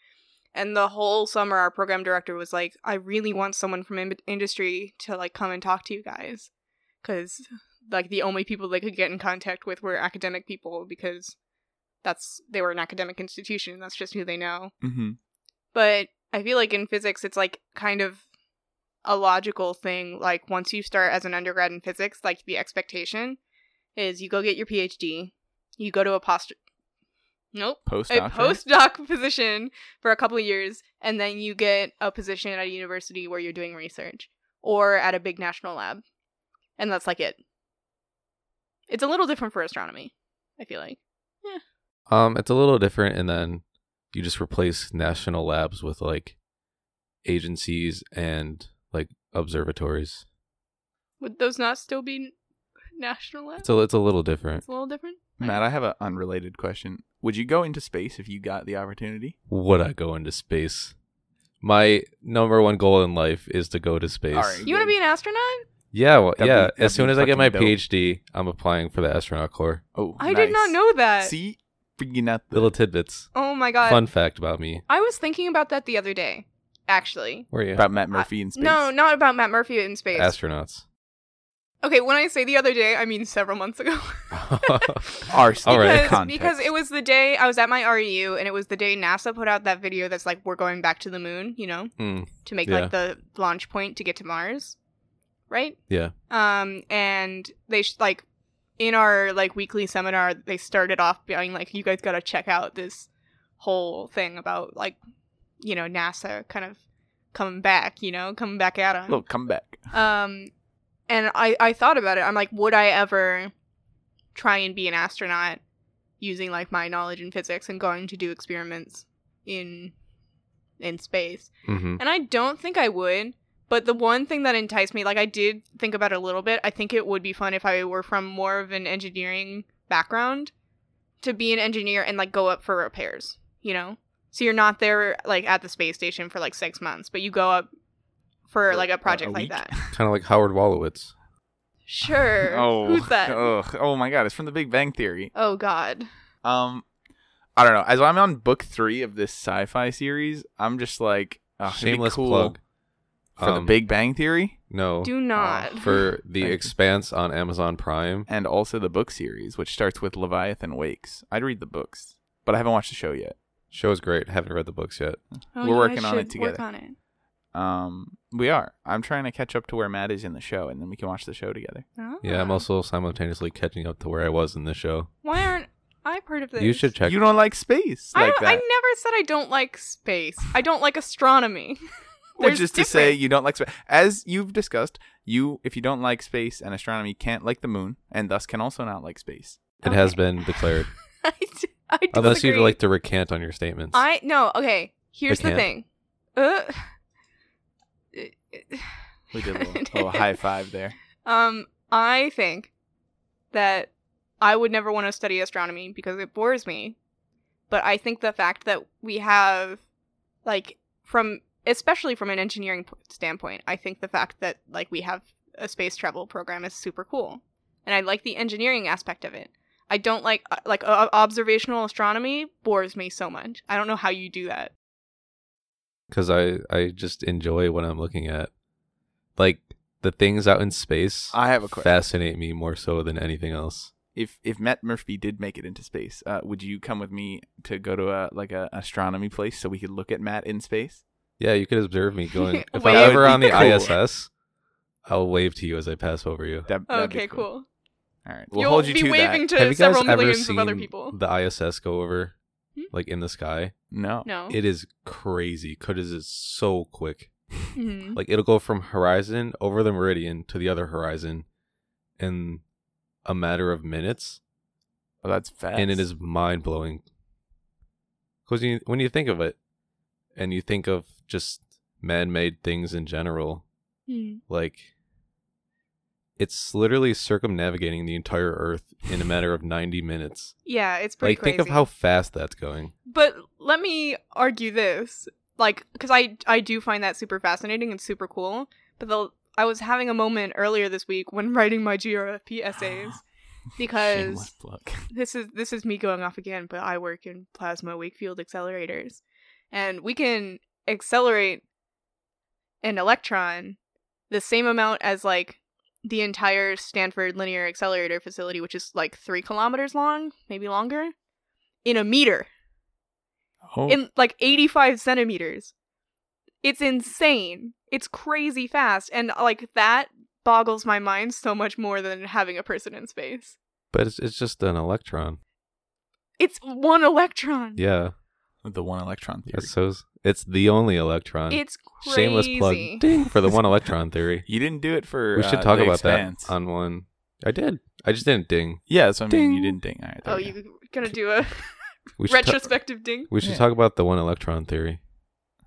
Speaker 1: And the whole summer, our program director was like, I really want someone from in- industry to, like, come and talk to you guys. Because, like, the only people they could get in contact with were academic people because that's, they were an academic institution. That's just who they know
Speaker 2: mm-hmm.
Speaker 1: but I feel like in physics, it's like kind of a logical thing. Like once you start as an undergrad in physics, like the expectation is you go get your PhD, you go to a post, nope, a
Speaker 2: postdoc.
Speaker 1: postdoc position for a couple of years, and then you get a position at a university where you're doing research or at a big national lab, and that's like it. It's a little different for astronomy, I feel like.
Speaker 3: Um, it's a little different, and then you just replace national labs with like agencies and like observatories.
Speaker 1: Would those not still be national labs?
Speaker 3: It's a it's a little different.
Speaker 1: It's a little different.
Speaker 2: Matt, I have an unrelated question. Would you go into space if you got the opportunity?
Speaker 3: Would I go into space? My number one goal in life is to go to space.
Speaker 2: All right.
Speaker 1: You want to be an astronaut?
Speaker 3: Yeah, well,
Speaker 2: That'd be-
Speaker 3: yeah.
Speaker 2: that'd
Speaker 3: as soon
Speaker 2: be
Speaker 3: as I get my
Speaker 2: fucking dope.
Speaker 3: PhD, I'm applying for the astronaut corps.
Speaker 2: Oh,
Speaker 1: I did not
Speaker 2: nice.
Speaker 1: know that.
Speaker 2: See, freaking out the
Speaker 3: Little tidbits.
Speaker 1: Oh my god.
Speaker 3: Fun fact about me.
Speaker 1: I was thinking about that the other day, actually.
Speaker 3: Where are you?
Speaker 2: about Matt Murphy in space.
Speaker 1: No, not about Matt Murphy in space.
Speaker 3: Astronauts.
Speaker 1: okay, when I say the other day, I mean several months ago.
Speaker 2: Our
Speaker 3: All right.
Speaker 1: because,
Speaker 2: Context.
Speaker 1: because it was the day I was at my REU and it was the day NASA put out that video that's like we're going back to the moon, you know,
Speaker 3: Hmm.
Speaker 1: to make
Speaker 3: Yeah.
Speaker 1: like the launch point to get to Mars. Right?
Speaker 3: Yeah.
Speaker 1: um and they sh- like in our like weekly seminar they started off being like you guys got to check out this whole thing about like you know NASA kind of coming back you know coming back at them
Speaker 2: Little comeback.
Speaker 1: um and I I thought about it I'm like would I ever try and be an astronaut using like my knowledge in physics and going to do experiments in in space
Speaker 3: hmm
Speaker 1: and I don't think I would. But the one thing that enticed me, like I did think about it a little bit, I think it would be fun if I were from more of an engineering background to be an engineer and like go up for repairs, you know? So you're not there like at the space station for like six months, but you go up for
Speaker 2: For,
Speaker 1: like
Speaker 2: uh,
Speaker 1: a
Speaker 2: a
Speaker 1: project like
Speaker 2: week?
Speaker 1: that.
Speaker 3: Kind of like Howard Wallowitz.
Speaker 1: Sure.
Speaker 2: Oh,
Speaker 1: Who's that?
Speaker 2: ugh. oh my God! It's from The Big Bang Theory.
Speaker 1: Oh God.
Speaker 2: Um, I don't know. As I'm on book three of this sci-fi series, I'm just like oh, it'd be
Speaker 3: Shameless
Speaker 2: cool
Speaker 3: plug.
Speaker 2: for The
Speaker 3: Um,
Speaker 2: Big Bang Theory
Speaker 3: No.
Speaker 1: Do not.
Speaker 3: Oh, for the
Speaker 2: Thank you.
Speaker 3: Expanse on Amazon Prime.
Speaker 2: and also the book series, which starts with Leviathan Wakes. I'd read the books, but I haven't watched the show yet.
Speaker 3: Show's great. Haven't read the books yet.
Speaker 1: Oh,
Speaker 2: we're
Speaker 1: you guys
Speaker 2: working on
Speaker 1: should
Speaker 2: it together.
Speaker 1: Work on it.
Speaker 2: Um, we are. I'm trying to catch up to where Matt is in the show, and then we can watch the show together.
Speaker 3: Yeah,
Speaker 2: Uh-huh.
Speaker 3: I'm
Speaker 1: Ah.
Speaker 3: also simultaneously catching up to where I was in the show.
Speaker 1: Why aren't I part of this?
Speaker 3: You should check.
Speaker 2: You don't like space
Speaker 1: I,
Speaker 2: like
Speaker 1: don't, I
Speaker 2: that,
Speaker 1: never said I don't like space. I don't like astronomy.
Speaker 2: which
Speaker 1: there's
Speaker 2: is to say
Speaker 1: different.
Speaker 2: you don't like space. As you've discussed, you if you don't like space and astronomy, can't like the moon, and thus can also not like space.
Speaker 3: It has
Speaker 1: Okay.
Speaker 3: been declared.
Speaker 1: I, d- I
Speaker 3: Unless you'd
Speaker 1: disagree.
Speaker 3: like to recant on your statements.
Speaker 1: I no. Okay, here's the
Speaker 3: can't.
Speaker 1: thing. Uh,
Speaker 2: We did a little, a little high five there.
Speaker 1: Um, I think that I would never want to study astronomy because it bores me. But I think the fact that we have, like, from especially from an engineering p- standpoint, I think the fact that like we have a space travel program is super cool, and I like the engineering aspect of it. I don't like uh, like uh, observational astronomy bores me so much. I don't know how you do that.
Speaker 3: Because I, I just enjoy what I'm looking at. Like, the things out in space
Speaker 2: I have a question.
Speaker 3: fascinate me more so than anything else.
Speaker 2: if if Matt Murphy did make it into space, uh, would you come with me to go to a like a astronomy place so we could look at Matt in space?
Speaker 3: Yeah, you could observe me going. If
Speaker 1: Wave.
Speaker 3: I'm ever on the
Speaker 2: That would be cool.
Speaker 3: ISS, I'll wave to you as I pass over you.
Speaker 2: That, that'd be
Speaker 1: Okay, cool.
Speaker 2: All right, we'll
Speaker 1: You'll
Speaker 2: hold you
Speaker 1: be
Speaker 2: to
Speaker 1: waving
Speaker 2: that.
Speaker 1: to several millions of other people.
Speaker 3: the ISS go over,
Speaker 1: Hmm? Oh.
Speaker 3: like in the sky?
Speaker 2: No,
Speaker 1: No.
Speaker 3: It is crazy. Cause it's so quick.
Speaker 1: Mhm.
Speaker 3: Like it'll go from horizon over the meridian to the other horizon in a matter of minutes,
Speaker 2: Oh, that's fast.
Speaker 3: and it is mind blowing. Cause you, when you think of it, and you think of just man-made things in general,
Speaker 1: Mhm.
Speaker 3: like it's literally circumnavigating the entire earth in a matter of 90 minutes
Speaker 1: Yeah, it's pretty.
Speaker 3: like think of
Speaker 1: crazy.
Speaker 3: how fast that's going
Speaker 1: But let me argue this, like, because I I do find that super fascinating and super cool. But the I was having a moment earlier this week when writing my GRFP essays
Speaker 2: Shameless
Speaker 1: because
Speaker 2: plug.
Speaker 1: this is this is me going off again. But I work in plasma weak field accelerators, and we can accelerate an electron the same amount as like the entire Stanford Linear Accelerator facility, which is like three kilometers long, maybe longer, in a meter
Speaker 2: Oh,
Speaker 1: in like 85 centimeters. It's insane. It's crazy fast. And like that boggles my mind so much more than having a person in space.
Speaker 3: but it's, it's just an electron
Speaker 1: It's one electron.
Speaker 3: yeah
Speaker 2: the one electron theory.
Speaker 3: that's so s- it's the only electron
Speaker 1: It's crazy.
Speaker 3: shameless plug ding for the one electron theory
Speaker 2: you didn't do it for.
Speaker 3: we
Speaker 2: uh,
Speaker 3: should talk
Speaker 2: the
Speaker 3: about
Speaker 2: expanse.
Speaker 3: that on one i did i just didn't ding
Speaker 2: yeah, that's what I mean. You
Speaker 3: Ding.
Speaker 2: didn't ding. All right, there
Speaker 1: Oh,
Speaker 2: we go.
Speaker 1: you gonna do a
Speaker 3: we should, ta-
Speaker 1: retrospective ding?
Speaker 3: we should
Speaker 2: Yeah.
Speaker 3: talk about the one electron theory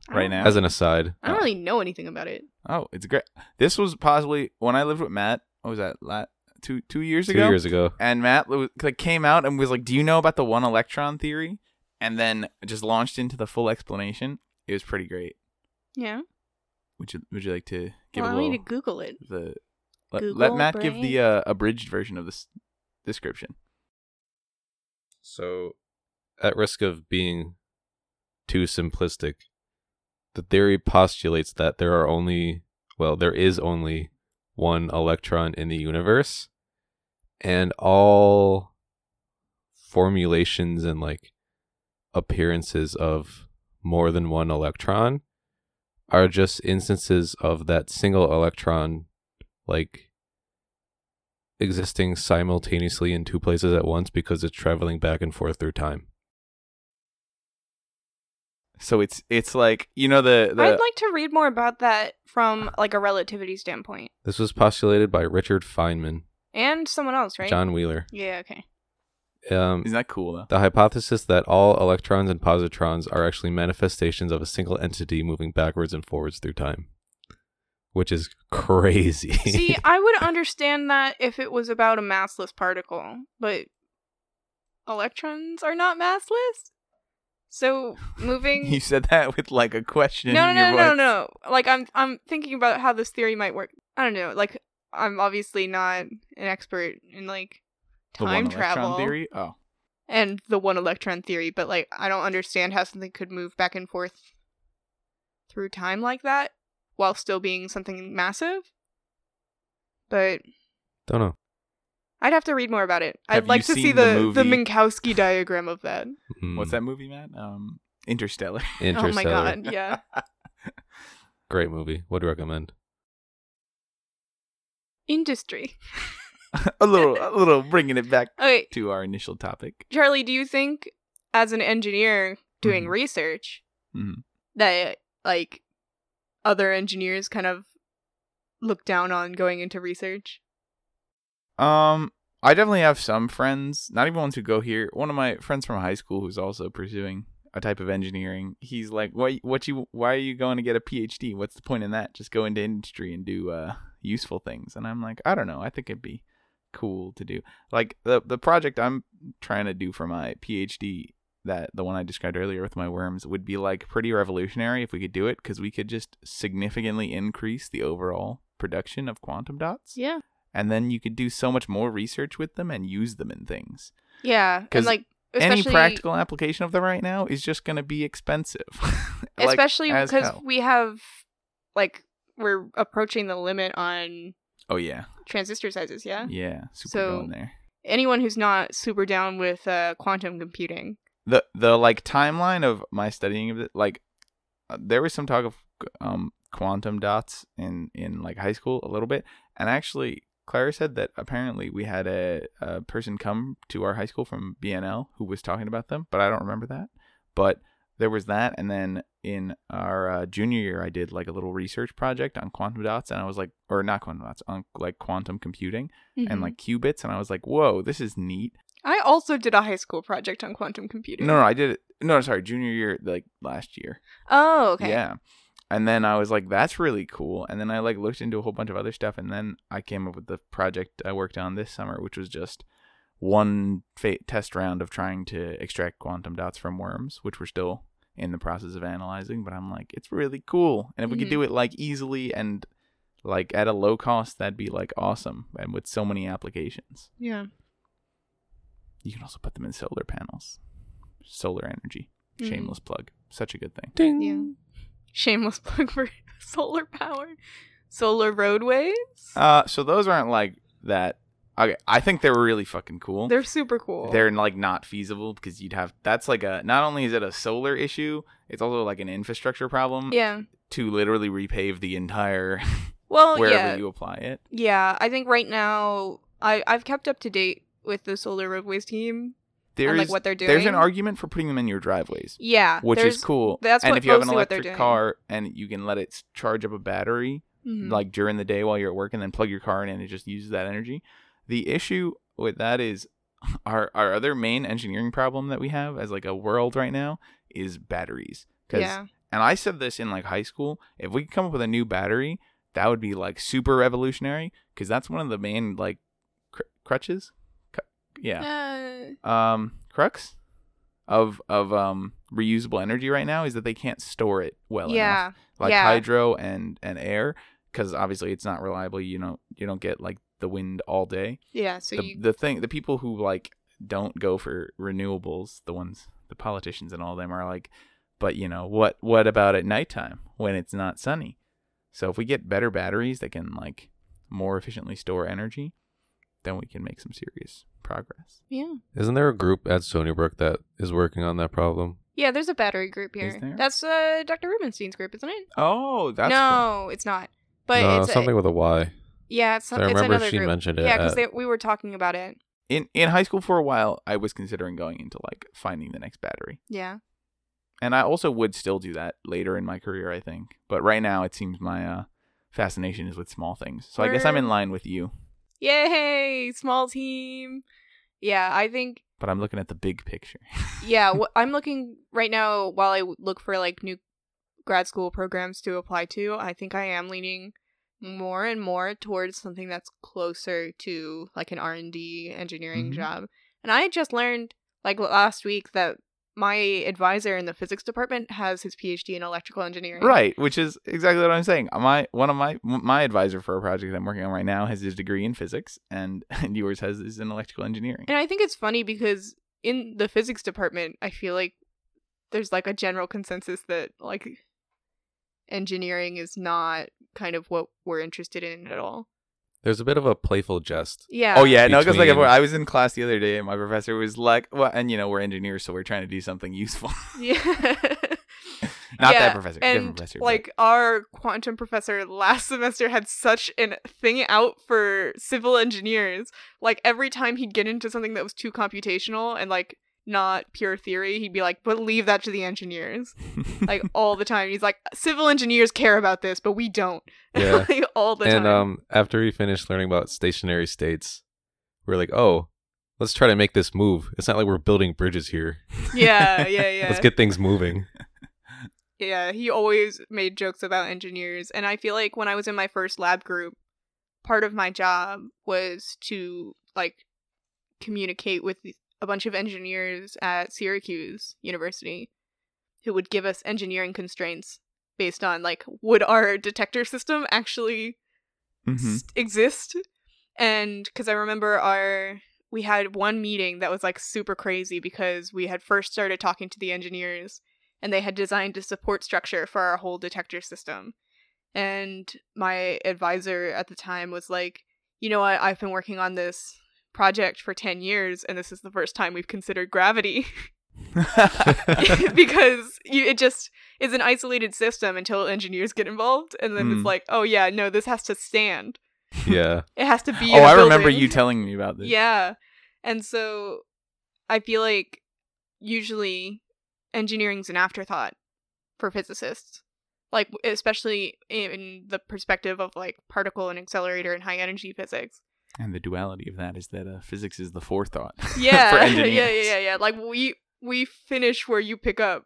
Speaker 1: I don't-
Speaker 2: Right now?
Speaker 3: as an aside
Speaker 1: I don't really know anything about it.
Speaker 2: Oh, it's great. This was possibly when I lived with Matt. What was that? La- two two years
Speaker 3: two
Speaker 2: ago.
Speaker 3: years ago
Speaker 2: and Matt lo- like came out and was like, "Do you know about the one electron theory?" And then just launched into the full explanation. It was pretty great.
Speaker 1: Yeah.
Speaker 2: Would you Would you like to give
Speaker 1: Well,
Speaker 2: a
Speaker 1: I
Speaker 2: little
Speaker 1: need to Google it.
Speaker 2: the let, let
Speaker 1: Google
Speaker 2: Matt give the
Speaker 1: brain.
Speaker 2: uh, abridged version of this description?
Speaker 3: So, at risk of being too simplistic, the theory postulates that there are only, well, there is only one electron in the universe, and all formulations and like appearances of more than one electron are just instances of that single electron like existing simultaneously in two places at once because it's traveling back and forth through time.
Speaker 2: So it's it's like you know the the
Speaker 1: I'd like to read more about that from like a relativity standpoint.
Speaker 3: This was postulated by Richard Feynman,
Speaker 1: And someone else, right?
Speaker 3: John Wheeler.
Speaker 1: Yeah, okay.
Speaker 3: Um,
Speaker 2: isn't that cool though?
Speaker 3: the hypothesis that all electrons and positrons are actually manifestations of a single entity moving backwards and forwards through time, which is crazy.
Speaker 1: See, I would understand that if it was about a massless particle, but electrons are not massless. So moving
Speaker 2: You said that with like a question.
Speaker 1: No, no,
Speaker 2: in your
Speaker 1: no, no,
Speaker 2: voice.
Speaker 1: no. Like I'm I'm thinking about how this theory might work. I don't know. Like I'm obviously not an expert in like
Speaker 2: The one
Speaker 1: time
Speaker 2: electron
Speaker 1: travel
Speaker 2: theory. Oh,
Speaker 1: and the one electron theory, but like I don't understand how something could move back and forth through time like that while still being something massive. But
Speaker 3: Don't know.
Speaker 1: I'd have to read more about it.
Speaker 2: Have
Speaker 1: I'd
Speaker 2: you
Speaker 1: like to see
Speaker 2: seen the
Speaker 1: the the,
Speaker 2: movie?
Speaker 1: Minkowski diagram of that.
Speaker 3: Mm,
Speaker 2: what's that movie, Matt? Um, Interstellar.
Speaker 1: Oh my
Speaker 3: Interstellar.
Speaker 1: god, yeah.
Speaker 3: Great movie. Would recommend.
Speaker 1: Industry.
Speaker 2: a little, a little bringing it back
Speaker 1: Okay,
Speaker 2: to our initial topic.
Speaker 1: Charlie, do you think as an engineer doing
Speaker 2: Mhm.
Speaker 1: research
Speaker 2: Mhm.
Speaker 1: that like other engineers kind of look down on going into research?
Speaker 2: Um, I definitely have some friends, not even ones who go here. One of my friends from high school who's also pursuing a type of engineering. He's like, "Why? What you? Why are you going to get a PhD? What's the point in that? Just go into industry and do uh useful things." And I'm like, "I don't know. I think it'd be cool to do like the the project I'm trying to do for my PhD." That the one I described earlier with my worms would be like pretty revolutionary if we could do it because we could just significantly increase the overall production of quantum dots
Speaker 1: Yeah.
Speaker 2: and then you could do so much more research with them and use them in things.
Speaker 1: Yeah. And
Speaker 2: 'Cause
Speaker 1: like especially
Speaker 2: Any practical application of them right now is just going to be expensive. Like,
Speaker 1: especially
Speaker 2: as
Speaker 1: because
Speaker 2: hell.
Speaker 1: we have like we're approaching the limit on
Speaker 2: oh yeah,
Speaker 1: transistor sizes, yeah?
Speaker 2: yeah, super
Speaker 1: So-
Speaker 2: going there.
Speaker 1: Anyone who's not super down with uh quantum computing.
Speaker 2: the the like timeline of my studying of it like uh, there was some talk of um quantum dots in in like high school a little bit and actually Clara said that apparently we had a, a person come to our high school from BNL who was talking about them but I don't remember that but there was that and then in our uh, junior year I did like a little research project on quantum dots and I was like or not quantum dots on like quantum computing
Speaker 1: Mm-hmm.
Speaker 2: and like qubits and I was like whoa this is neat
Speaker 1: I also did a high school project on quantum computing.
Speaker 2: no, no, I did it. No, sorry, junior year, like last year.
Speaker 1: Oh, okay.
Speaker 2: Yeah. And then I was like, that's really cool. And then I like looked into a whole bunch of other stuff, and then I came up with the project I worked on this summer, which was just one fa- test round of trying to extract quantum dots from worms, which we're still in the process of analyzing. But I'm like, it's really cool, and if we
Speaker 1: Mhm.
Speaker 2: could do it like easily and like at a low cost, that'd be like awesome, and with so many applications.
Speaker 1: Yeah.
Speaker 2: You can also put them in solar panels, solar energy.
Speaker 1: Mhm.
Speaker 2: Shameless plug. Such a good thing.
Speaker 3: Ding.
Speaker 1: Shameless plug for solar power. Solar roadways.
Speaker 2: Uh, so those aren't like that. Okay, I think they're really fucking cool.
Speaker 1: They're super cool.
Speaker 2: They're like not feasible because you'd have that's like a not only is it a solar issue, it's also like an infrastructure problem
Speaker 1: yeah.
Speaker 2: to literally repave the entire
Speaker 1: Well,
Speaker 2: wherever
Speaker 1: Oh, yeah.
Speaker 2: you apply it.
Speaker 1: yeah, I think right now I I've kept up to date with the solar roadways team
Speaker 2: There's
Speaker 1: and like what they're doing.
Speaker 2: there's an argument for putting them in your driveways,
Speaker 1: Yeah,
Speaker 2: which
Speaker 1: there's-
Speaker 2: is cool.
Speaker 1: that's
Speaker 2: and
Speaker 1: what-
Speaker 2: if you have an
Speaker 1: mostly what they're
Speaker 2: electric
Speaker 1: doing.
Speaker 2: car and you can let it s- charge up a battery,
Speaker 1: Mhm.
Speaker 2: like during the day while you're at work and then plug your car in and it just uses that energy. The issue with that is our our other main engineering problem that we have as like a world right now is batteries. 'Cause-
Speaker 1: yeah,
Speaker 2: and I said this in like high school, if we could come up with a new battery, that would be like super revolutionary cuz that's one of the main like cr- crutches. Cu- yeah.
Speaker 1: Uh,
Speaker 2: Um crux of of um reusable energy right now is that they can't store it well enough
Speaker 1: yeah,
Speaker 2: like
Speaker 1: Yeah.
Speaker 2: hydro and and air because obviously it's not reliable you know you don't get like the wind all day
Speaker 1: yeah. So
Speaker 2: the,
Speaker 1: you,
Speaker 2: the thing the people who like don't go for renewables the ones the politicians and all them are like but you know what what about at nighttime when it's not sunny so if we get better batteries that can like more efficiently store energy then we can make some serious progress
Speaker 1: yeah,
Speaker 3: Isn't there a group at Stony Brook that is working on that problem?
Speaker 1: yeah. There's a battery group here.
Speaker 2: Is there?
Speaker 1: That's uh, Dr. Rubenstein's group, isn't it?
Speaker 2: oh that's
Speaker 1: no, it's not. But
Speaker 3: no,
Speaker 1: it's a-
Speaker 3: something with a Y.
Speaker 1: yeah, it's,
Speaker 3: I
Speaker 1: it's
Speaker 3: remember
Speaker 1: another
Speaker 3: she
Speaker 1: group.
Speaker 3: mentioned it uh,
Speaker 1: Yeah, because
Speaker 3: at-
Speaker 1: we were talking about it.
Speaker 2: in in high school for a while i was considering going into like finding the next battery
Speaker 1: Yeah.
Speaker 2: and I also would still do that later in my career, I think. But right now, it seems my uh, fascination is with small things. So I guess I'm in
Speaker 1: Word.
Speaker 2: line with you,
Speaker 1: Yay, small team. Yeah, I think
Speaker 2: but I'm looking at the big picture.
Speaker 1: yeah, wh- I'm looking right now while I w- look for like new grad school programs to apply to. I think I am leaning more and more towards something that's closer to like an R&D engineering
Speaker 2: Mhm.
Speaker 1: job. And I just learned like last week that my advisor in the physics department has his PhD in electrical engineering.
Speaker 2: right, which is exactly what I'm saying. My one of my my advisor for a project I'm working on right now has his degree in physics, and, and yours has is in electrical engineering.
Speaker 1: And I think it's funny because in the physics department, I feel like there's like a general consensus that like engineering is not kind of what we're interested in at all.
Speaker 3: There's a bit of a playful jest.
Speaker 1: Yeah.
Speaker 2: Oh yeah, no, because like
Speaker 3: Between-
Speaker 2: I was in class the other day, and my professor was like, "Well, and you know, we're engineers, so we're trying to do something useful."
Speaker 1: Yeah.
Speaker 2: you Not
Speaker 1: Yeah,
Speaker 2: that professor. different
Speaker 1: and
Speaker 2: professor. but-
Speaker 1: like our quantum professor last semester had such an thing out for civil engineers like every time he'd get into something that was too computational and like not pure theory he'd be like but leave that to the engineers
Speaker 2: Mm-hmm.
Speaker 1: like all the time he's like civil engineers care about this but we don't
Speaker 3: Yeah.
Speaker 1: like all the time
Speaker 3: and um, after we finished learning about stationary states, we are like, oh, let's try to make this move. It's not like we're building bridges here.
Speaker 1: yeah yeah yeah
Speaker 3: Let's get things moving.
Speaker 1: Yeah, he always made jokes about engineers. And I feel like when I was in my first lab group, part of my job was to like communicate with a bunch of engineers at Syracuse University who would give us engineering constraints based on like would our detector system actually
Speaker 2: Mhm.
Speaker 1: s- exist. And because I remember our we had one meeting that was like super crazy because we had first started talking to the engineers and they had designed a support structure for our whole detector system. And my advisor at the time was like, you know what, I've been working on this project for 10 years and this is the first time we've considered gravity because you, it just is an isolated system until engineers get involved and then
Speaker 2: Mm.
Speaker 1: it's like oh yeah no this has to stand
Speaker 3: Yeah.
Speaker 1: it has to be
Speaker 2: oh,
Speaker 1: in a
Speaker 2: I remember
Speaker 1: building.
Speaker 2: you telling me about this.
Speaker 1: yeah and so i feel like usually engineering's an afterthought for physicists like especially in the perspective of like particle and accelerator and high energy physics
Speaker 2: And the duality of that is that uh, physics is the forethought. for
Speaker 1: yeah, yeah,
Speaker 2: engineers.
Speaker 1: yeah, yeah, yeah. Like we we finish where you pick up,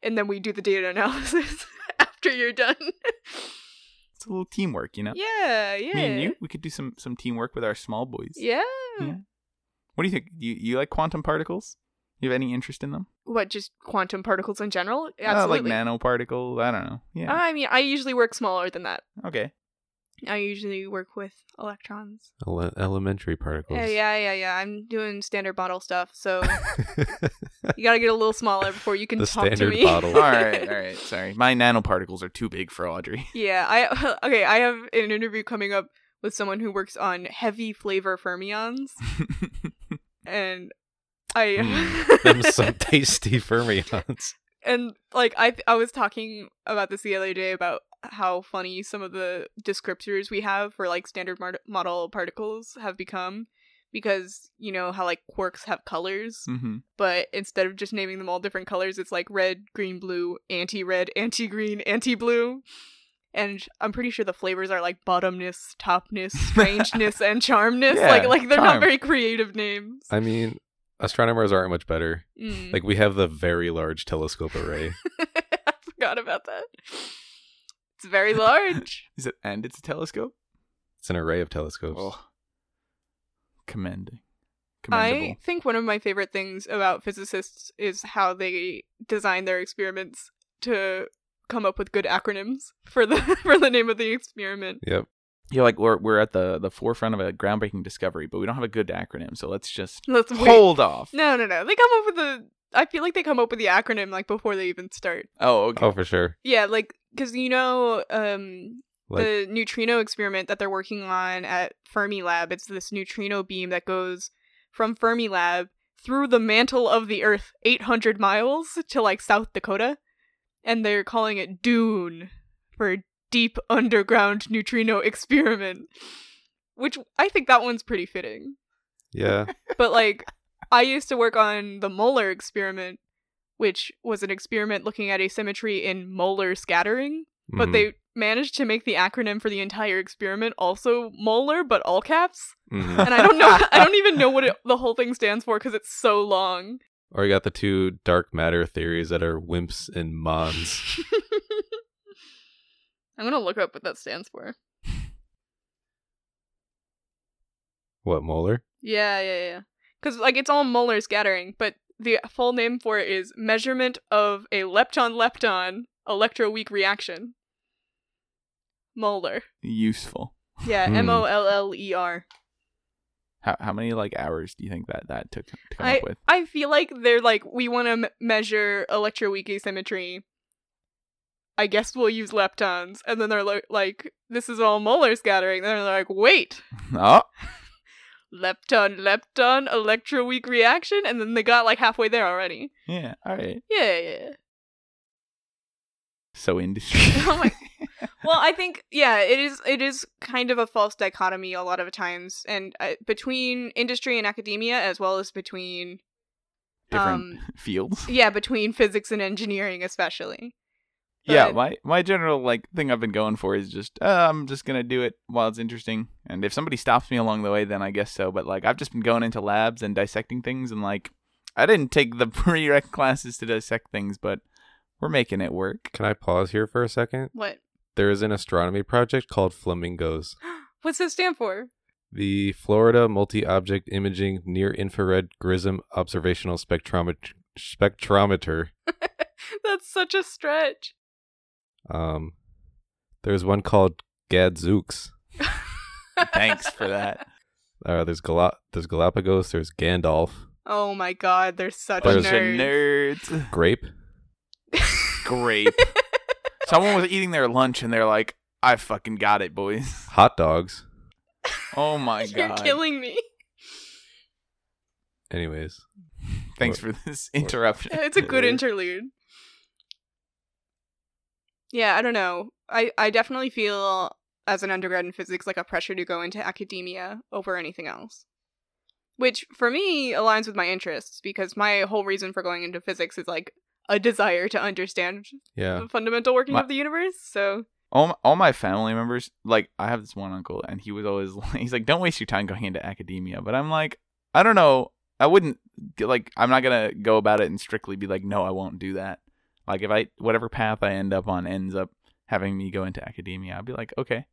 Speaker 1: and then we do the data analysis after you're done.
Speaker 2: It's a little teamwork, you know.
Speaker 1: yeah, yeah.
Speaker 2: Me and you, we could do some some teamwork with our small boys.
Speaker 1: Yeah.
Speaker 2: Yeah. What do you think? You you like quantum particles? You have any interest in them?
Speaker 1: What? Just quantum particles in general?
Speaker 2: Uh,
Speaker 1: Absolutely.
Speaker 2: like nanoparticles? I don't know. Yeah.
Speaker 1: I mean, I usually work smaller than that.
Speaker 2: okay.
Speaker 1: I usually work with electrons.
Speaker 3: Ele- elementary particles.
Speaker 1: Yeah, yeah, yeah, yeah. I'm doing standard bottle stuff, so you gotta get a little smaller before you can
Speaker 3: The
Speaker 1: talk to
Speaker 3: standard
Speaker 1: me.
Speaker 3: bottle.
Speaker 2: All right. All right. Sorry. My nanoparticles are too big for Audrey.
Speaker 1: Yeah, I okay, I have an interview coming up with someone who works on heavy flavor fermions and
Speaker 3: Them
Speaker 1: I
Speaker 3: some tasty fermions.
Speaker 1: and like I I was talking about this the other day about how funny some of the descriptors we have for like standard mar- model particles have become because you know how like quarks have colors
Speaker 2: hmm
Speaker 1: but instead of just naming them all different colors, it's like red, green, blue, anti red, anti green, anti blue. And I'm pretty sure the flavors are like bottomness, topness, strangeness, and charmness.
Speaker 2: Yeah,
Speaker 1: like, like they're
Speaker 2: charm.
Speaker 1: not very creative names.
Speaker 3: I mean, astronomers aren't much better.
Speaker 1: Mm.
Speaker 3: Like, we have the very large telescope array.
Speaker 1: I forgot about that. It's very large.
Speaker 2: Is it? And it's a telescope.
Speaker 3: It's an array of telescopes.
Speaker 2: Oh. Commending. Commendable.
Speaker 1: I think one of my favorite things about physicists is how they design their experiments to come up with good acronyms for the for the name of the experiment.
Speaker 3: Yep.
Speaker 2: You're like we're we're at the the forefront of a groundbreaking discovery, but we don't have a good acronym, so let's just
Speaker 1: Let's wait.
Speaker 2: hold off.
Speaker 1: No, no, no. They come up with the. I feel like they come up with the acronym like before they even start.
Speaker 2: Oh, okay.
Speaker 3: Oh, for sure.
Speaker 1: Yeah, like because you know um,
Speaker 3: Like,
Speaker 1: the neutrino experiment that they're working on at Fermilab. It's this neutrino beam that goes from Fermilab through the mantle of the Earth, 800 miles to like South Dakota, and they're calling it Dune for Deep Underground Neutrino Experiment, which I think that one's pretty fitting.
Speaker 3: yeah.
Speaker 1: but like I used to work on the molar experiment, which was an experiment looking at asymmetry in molar scattering, but
Speaker 3: Mhm.
Speaker 1: they managed to make the acronym for the entire experiment also molar but all caps.
Speaker 3: Mhm.
Speaker 1: And I don't know I don't even know what it, the whole thing stands for cuz it's so long.
Speaker 3: Or you got the two dark matter theories that are wimps and mons.
Speaker 1: I'm going to look up what that stands for.
Speaker 3: what, molar?
Speaker 1: Yeah, yeah, yeah. Because like it's all molar scattering, but the full name for it is measurement of a lepton-lepton electroweak reaction. Molar.
Speaker 2: Useful.
Speaker 1: Yeah,
Speaker 3: Hmm.
Speaker 1: M O L L E R.
Speaker 2: How how many like hours do you think that that took to come
Speaker 1: I
Speaker 2: up with?
Speaker 1: I feel like they're like we want to m- measure electroweak asymmetry. I guess we'll use leptons, and then they're lo- like, "This is all molar scattering." Then they're like, "Wait,
Speaker 2: Oh,
Speaker 1: lepton, lepton, electroweak reaction," and then they got like halfway there already.
Speaker 2: yeah. All right.
Speaker 1: Yeah, yeah. yeah.
Speaker 2: So industry.
Speaker 1: Oh my- well i think yeah it is it is kind of a false dichotomy a lot of times and uh, between industry and academia as well as between um,
Speaker 2: Different fields.
Speaker 1: yeah between physics and engineering especially
Speaker 2: yeah,
Speaker 1: but-
Speaker 2: my my general like thing I've been going for is just uh, I'm just gonna do it while it's interesting, and if somebody stops me along the way, then I guess so. But like I've just been going into labs and dissecting things, and like I didn't take the prereq classes to dissect things, but we're making it work.
Speaker 3: Can I pause here for a second?
Speaker 1: what
Speaker 3: There is an astronomy project called Flamingos.
Speaker 1: what's that stand for
Speaker 3: The Florida Multi Object Imaging Near Infrared Grism Observational Spectromet- Spectrometer.
Speaker 1: that's such a stretch
Speaker 3: Um, there's one called Gadzooks.
Speaker 2: Thanks for that.
Speaker 3: Uh, there's, Gala- there's Galapagos. There's Gandalf.
Speaker 1: oh my god they're such
Speaker 3: Bunch
Speaker 2: Bunch
Speaker 3: of
Speaker 2: of
Speaker 1: nerds
Speaker 2: nerds.
Speaker 3: Grape.
Speaker 2: Grape. Someone was eating their lunch, and they're like, "I fucking got it, boys."
Speaker 3: Hot dogs.
Speaker 2: Oh my
Speaker 1: you're
Speaker 2: god!
Speaker 1: killing me
Speaker 3: Anyways,
Speaker 2: Thanks for this interruption.
Speaker 1: it's a good
Speaker 3: Yeah.
Speaker 1: interlude yeah i don't know i i definitely feel as an undergrad in physics like a pressure to go into academia over anything else which for me aligns with my interests because my whole reason for going into physics is like a desire to understand
Speaker 3: yeah.
Speaker 1: the fundamental working
Speaker 2: My-
Speaker 1: of the universe so
Speaker 2: all my, all my family members like i have this one uncle and he was always like he's like don't waste your time going into academia but i'm like i don't know i wouldn't like i'm not gonna go about it and strictly be like no i won't do that like if i whatever path i end up on ends up having me go into academia i'd be like okay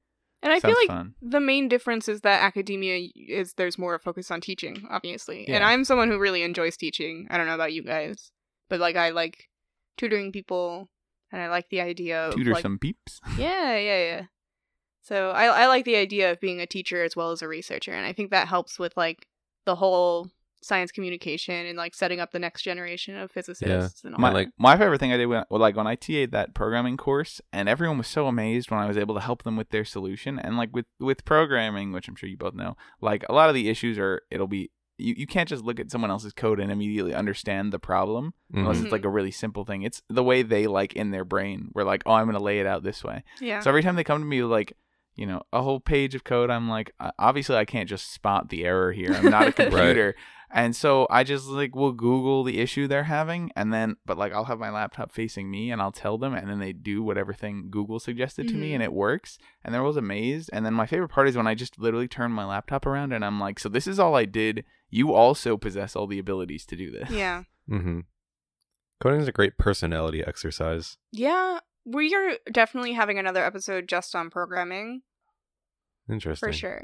Speaker 1: and i
Speaker 2: sounds
Speaker 1: feel like
Speaker 2: fun
Speaker 1: the main difference is that academia is there's more focus on teaching obviously and
Speaker 2: Yeah.
Speaker 1: i'm someone who really enjoys teaching i don't know about you guys but like i like tutoring people and i like the idea of
Speaker 2: tutor
Speaker 1: Oh, like,
Speaker 2: some peeps
Speaker 1: yeah yeah yeah so I, I like the idea of being a teacher as well as a researcher and i think that helps with like the whole science communication and like setting up the next generation of physicists and all
Speaker 2: my,
Speaker 1: that.
Speaker 2: like my favorite thing I did when well, like when I TA'd that programming course, and everyone was so amazed when I was able to help them with their solution. And like with with programming, which I'm sure you both know, like a lot of the issues are it'll be you, you can't just look at someone else's code and immediately understand the problem unless
Speaker 3: Mhm.
Speaker 2: it's like a really simple thing. It's the way they like in their brain. We're like, oh, I'm gonna lay it out this way.
Speaker 1: yeah
Speaker 2: So every time they come to me with, like, you know, a whole page of code, I'm like, uh, obviously I can't just spot the error here. I'm not a
Speaker 1: Right.
Speaker 2: computer. And so I just like will Google the issue they're having and then but like I'll have my laptop facing me and I'll tell them and then they do whatever thing Google suggested to
Speaker 1: Mhm.
Speaker 2: me and it works. And they're always amazed. And then my favorite part is when I just literally turn my laptop around and I'm like, so this is all I did. You also possess all the abilities to do this.
Speaker 1: yeah
Speaker 3: Mm-hmm. Coding is a great personality exercise.
Speaker 1: yeah we are definitely having another episode just on programming
Speaker 3: Interesting.
Speaker 1: for sure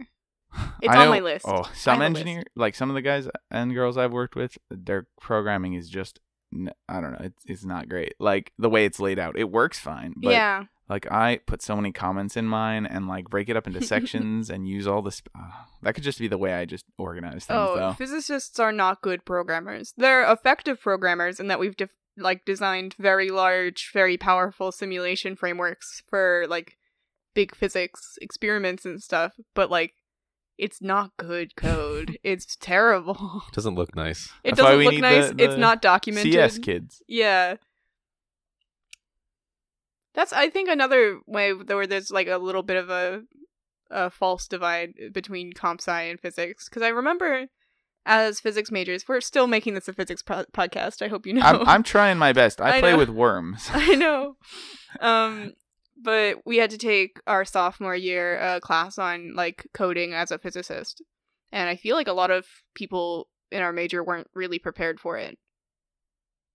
Speaker 1: It's
Speaker 2: I
Speaker 1: on
Speaker 2: know-
Speaker 1: my list.
Speaker 2: Oh, some
Speaker 1: have a list.
Speaker 2: engineer, like some of the guys and girls I've worked with, their programming is just, n- I don't know, it's, it's not great. Like the way it's laid out, it works fine, but
Speaker 1: yeah
Speaker 2: like I put so many comments in mine and like break it up into sections and use all this. Uh, that could just be the way I just organize things,
Speaker 1: Oh,
Speaker 2: though.
Speaker 1: physicists are not good programmers. They're effective programmers in that we've def- like designed very large, very powerful simulation frameworks for like big physics experiments and stuff, but like it's not good code. it's terrible.
Speaker 3: Doesn't look nice.
Speaker 1: It
Speaker 2: That's why
Speaker 1: doesn't
Speaker 2: we
Speaker 1: look
Speaker 2: need
Speaker 1: nice.
Speaker 2: the- the
Speaker 1: it's not documented.
Speaker 2: CS kids.
Speaker 1: Yeah. That's I think another way th- where there's like a little bit of a a false divide uh, between comp sci and physics because I remember as physics majors we're still making this a physics pro- podcast. I hope you know.
Speaker 2: I'm, I'm trying my best. I,
Speaker 1: I
Speaker 2: play
Speaker 1: know.
Speaker 2: with worms.
Speaker 1: I know. Um, but we had to take our sophomore year a class on like coding as a physicist, and I feel like a lot of people in our major weren't really prepared for it.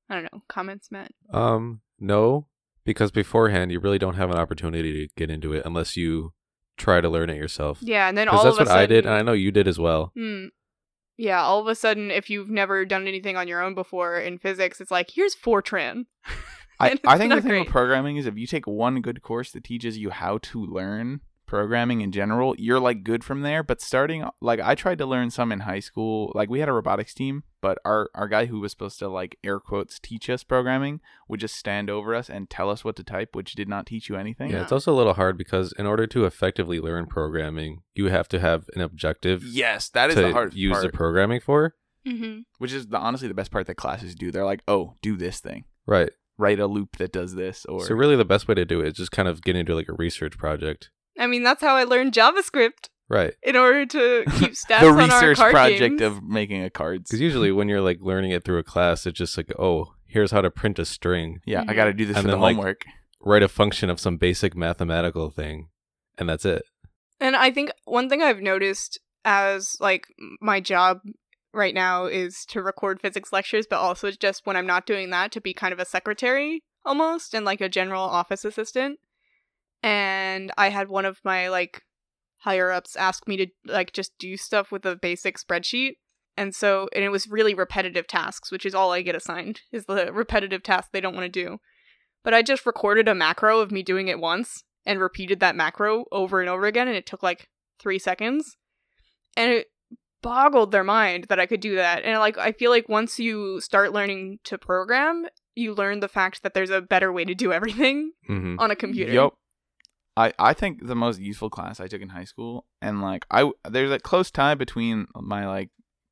Speaker 1: I don't know. Comments, Matt.
Speaker 3: Um, no, because beforehand you really don't have an opportunity to get into it unless you try to learn it yourself.
Speaker 1: Yeah, and then all
Speaker 3: Because
Speaker 1: of
Speaker 3: that's
Speaker 1: a
Speaker 3: what
Speaker 1: sudden,
Speaker 3: I did, and I know you did as well.
Speaker 1: Mm. yeah, all of a sudden, if you've never done anything on your own before in physics, it's like here's Fortran.
Speaker 2: I,
Speaker 1: And
Speaker 2: I
Speaker 1: it's
Speaker 2: think the
Speaker 1: not
Speaker 2: thing
Speaker 1: great.
Speaker 2: with programming is if you take one good course that teaches you how to learn programming in general, you're like good from there. But starting like I tried to learn some in high school. Like we had a robotics team, but our our guy who was supposed to like air quotes teach us programming would just stand over us and tell us what to type, which did not teach you anything.
Speaker 3: Yeah, it's also a little hard because in order to effectively learn programming, you have to have an objective
Speaker 2: Yes, that is
Speaker 3: to
Speaker 2: the hardest
Speaker 3: use the
Speaker 2: part,
Speaker 3: programming for.
Speaker 1: Mm-hmm.
Speaker 2: which is the, honestly the best part that classes do. They're like, oh, do this thing.
Speaker 3: Right.
Speaker 2: write a loop that does this or
Speaker 3: So really, the best way to do it is just kind of get into like a research project,
Speaker 1: I mean, that's how I learned JavaScript
Speaker 3: right?
Speaker 1: in order to keep stats
Speaker 2: the
Speaker 1: on our
Speaker 2: research
Speaker 1: card
Speaker 2: project
Speaker 1: games.
Speaker 2: of making a cards.
Speaker 3: Because usually, when you're like learning it through a class, it's just like, oh, here's how to print a string,
Speaker 2: yeah, I
Speaker 1: Mhm.
Speaker 2: got to do this
Speaker 3: And
Speaker 2: for the
Speaker 3: then, like-
Speaker 2: homework.
Speaker 3: write a function of some basic mathematical thing, and that's it.
Speaker 1: And I think one thing I've noticed as like m- my job right now is to record physics lectures, but also just when I'm not doing that to be kind of a secretary almost and like a general office assistant. And I had one of my like higher ups ask me to like just do stuff with a basic spreadsheet. And so and it was really repetitive tasks, which is all I get assigned is the repetitive tasks they don't want to do. But I just recorded a macro of me doing it once and repeated that macro over and over again and it took like three seconds and it boggled their mind that i could do that and like i feel like once you start learning to program you learn the fact that there's a better way to do everything
Speaker 2: Mm-hmm.
Speaker 3: hmm
Speaker 1: on a computer
Speaker 2: Yep. I, I think the most useful class I took in high school, and like I there's a close tie between my like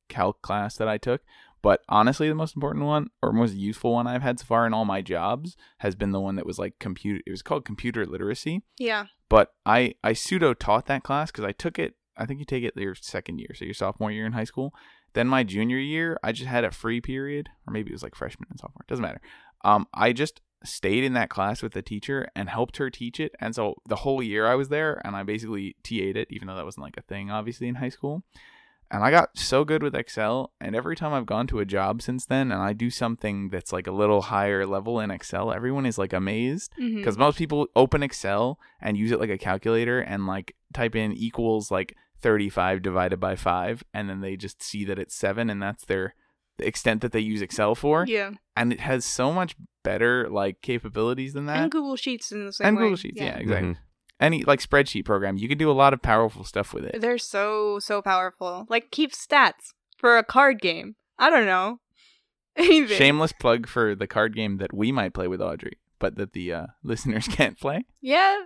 Speaker 2: calc class that I took, but honestly the most important one or most useful one I've had so far in all my jobs has been the one that was like computer. It was called computer literacy,
Speaker 1: yeah
Speaker 2: but I I pseudo taught that class because I took it. I think you take it your second year, so your sophomore year in high school. Then my junior year, I just had a free period, or maybe it was like freshman and sophomore. Doesn't matter. Um, I just stayed in that class with the teacher and helped her teach it, and so the whole year I was there, and I basically TA'd it, even though that wasn't like a thing obviously in high school. And I got so good with Excel, and every time I've gone to a job since then, and I do something that's like a little higher level in Excel, everyone is like amazed
Speaker 1: Mhm.
Speaker 2: because most people open Excel and use it like a calculator and like type in equals like 35 divided by 5 and then they just see that it's 7 and that's their the extent that they use Excel for
Speaker 1: yeah
Speaker 2: and it has so much better like capabilities than that
Speaker 1: and google sheets in the same
Speaker 2: And
Speaker 1: way.
Speaker 2: Google Sheets yeah, exactly any like spreadsheet program you can do a lot of powerful stuff with it
Speaker 1: they're so so powerful like keep stats for a card game i don't know anything
Speaker 2: shameless plug for the card game that we might play with Audrey but that the uh, listeners can't play
Speaker 1: Yeah.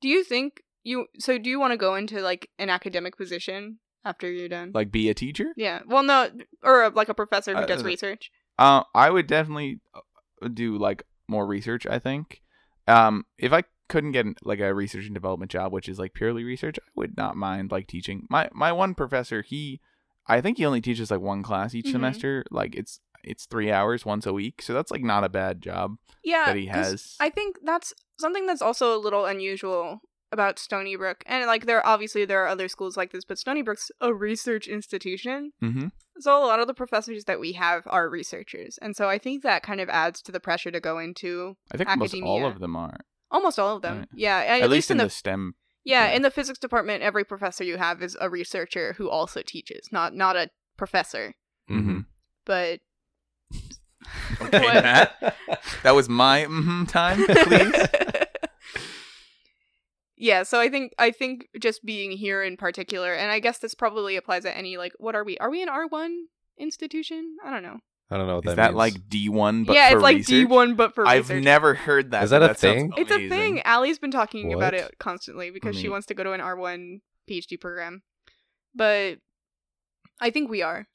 Speaker 1: Do you think you so do you want to go into like an academic position after you're done?
Speaker 2: like be a teacher
Speaker 1: yeah. Well, no, or uh, like a professor who
Speaker 2: Uh,
Speaker 1: does
Speaker 2: uh,
Speaker 1: research.
Speaker 2: Uh, I would definitely uh, do like more research. I think. Um, if I couldn't get like a research and development job, which is like purely research, I would not mind like teaching. My my one professor, he, I think he only teaches like one class each
Speaker 1: Mhm.
Speaker 2: semester. Like it's it's three hours once a week, so that's like not a bad job
Speaker 1: Yeah.
Speaker 2: that he
Speaker 1: 'cause
Speaker 2: has.
Speaker 1: I think that's something that's also a little unusual about Stony Brook. And like there obviously there are other schools like this, but Stony Brook's a research institution.
Speaker 2: mm-hmm.
Speaker 1: So a lot of the professors that we have are researchers. And so I think that kind of adds to the pressure to go into
Speaker 2: I think almost all
Speaker 1: Academia.
Speaker 2: of them are,
Speaker 1: almost all of them.
Speaker 2: Right.
Speaker 1: Yeah, at,
Speaker 2: at, least in the,
Speaker 1: the
Speaker 2: STEM.
Speaker 1: Yeah,
Speaker 2: Yeah.
Speaker 1: in the physics department, every professor you have is a researcher who also teaches, not not a professor.
Speaker 2: Mm-hmm.
Speaker 3: hmm
Speaker 1: But
Speaker 2: Okay,
Speaker 1: What?
Speaker 2: Matt. That was my mm-hmm time, please.
Speaker 1: yeah, so I think I think just being here in particular, and I guess this probably applies at any like, what are we? Are we an R one institution? I don't know.
Speaker 3: I don't know what
Speaker 2: is
Speaker 3: that
Speaker 2: that
Speaker 3: means.
Speaker 2: like D one?
Speaker 1: yeah,
Speaker 2: for
Speaker 1: it's like D
Speaker 2: research?
Speaker 1: one, but for
Speaker 2: I've
Speaker 1: research.
Speaker 2: never heard that.
Speaker 3: Is that
Speaker 2: but
Speaker 3: a
Speaker 2: sounds
Speaker 3: thing?
Speaker 1: It's a
Speaker 2: amazing.
Speaker 1: thing. Allie's been talking about
Speaker 3: What?
Speaker 1: it constantly because she
Speaker 2: Neat.
Speaker 1: wants to go to an R1 PhD program. But I think we are.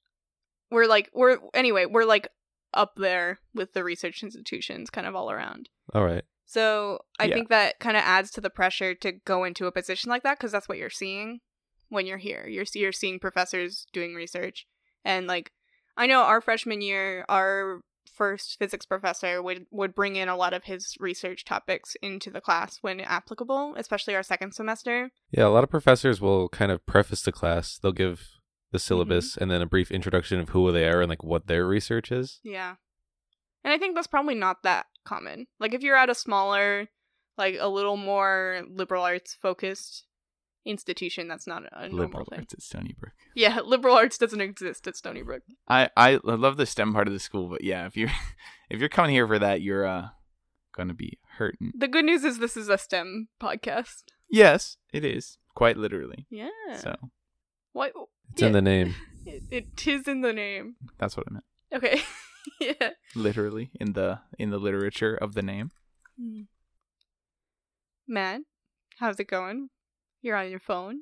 Speaker 1: We're like we're anyway, we're like up there with the research institutions kind of all around.
Speaker 3: all right,
Speaker 1: So, I
Speaker 2: Yeah.
Speaker 1: think that kind of adds to the pressure to go into a position like that because that's what you're seeing when you're here. You're you're seeing professors doing research and like I know our freshman year our first physics professor would would bring in a lot of his research topics into the class when applicable, especially our second semester.
Speaker 3: yeah. A lot of professors will kind of preface the class. They'll give
Speaker 1: Mm-hmm.
Speaker 3: the syllabus and then a brief introduction of who they are and like what their research is.
Speaker 1: Yeah. And I think that's probably not that common. Like if you're at a smaller, like a little more liberal arts focused institution, that's not a normal
Speaker 2: liberal
Speaker 1: thing.
Speaker 2: arts at Stony Brook.
Speaker 1: Yeah, liberal arts doesn't exist at Stony Brook.
Speaker 2: I, I love the STEM part of the school, but yeah, if you're if you're coming here for that, you're uh gonna be hurting.
Speaker 1: The good news is this is a STEM podcast.
Speaker 2: Yes, it is quite literally.
Speaker 1: Yeah.
Speaker 2: So
Speaker 1: What?
Speaker 3: It's in the name.
Speaker 1: It, it is in the name.
Speaker 2: that's what I meant.
Speaker 1: Okay. yeah.
Speaker 2: Literally in the in the literature of the name. Hmm.
Speaker 1: Matt, how's it going? You're on your phone.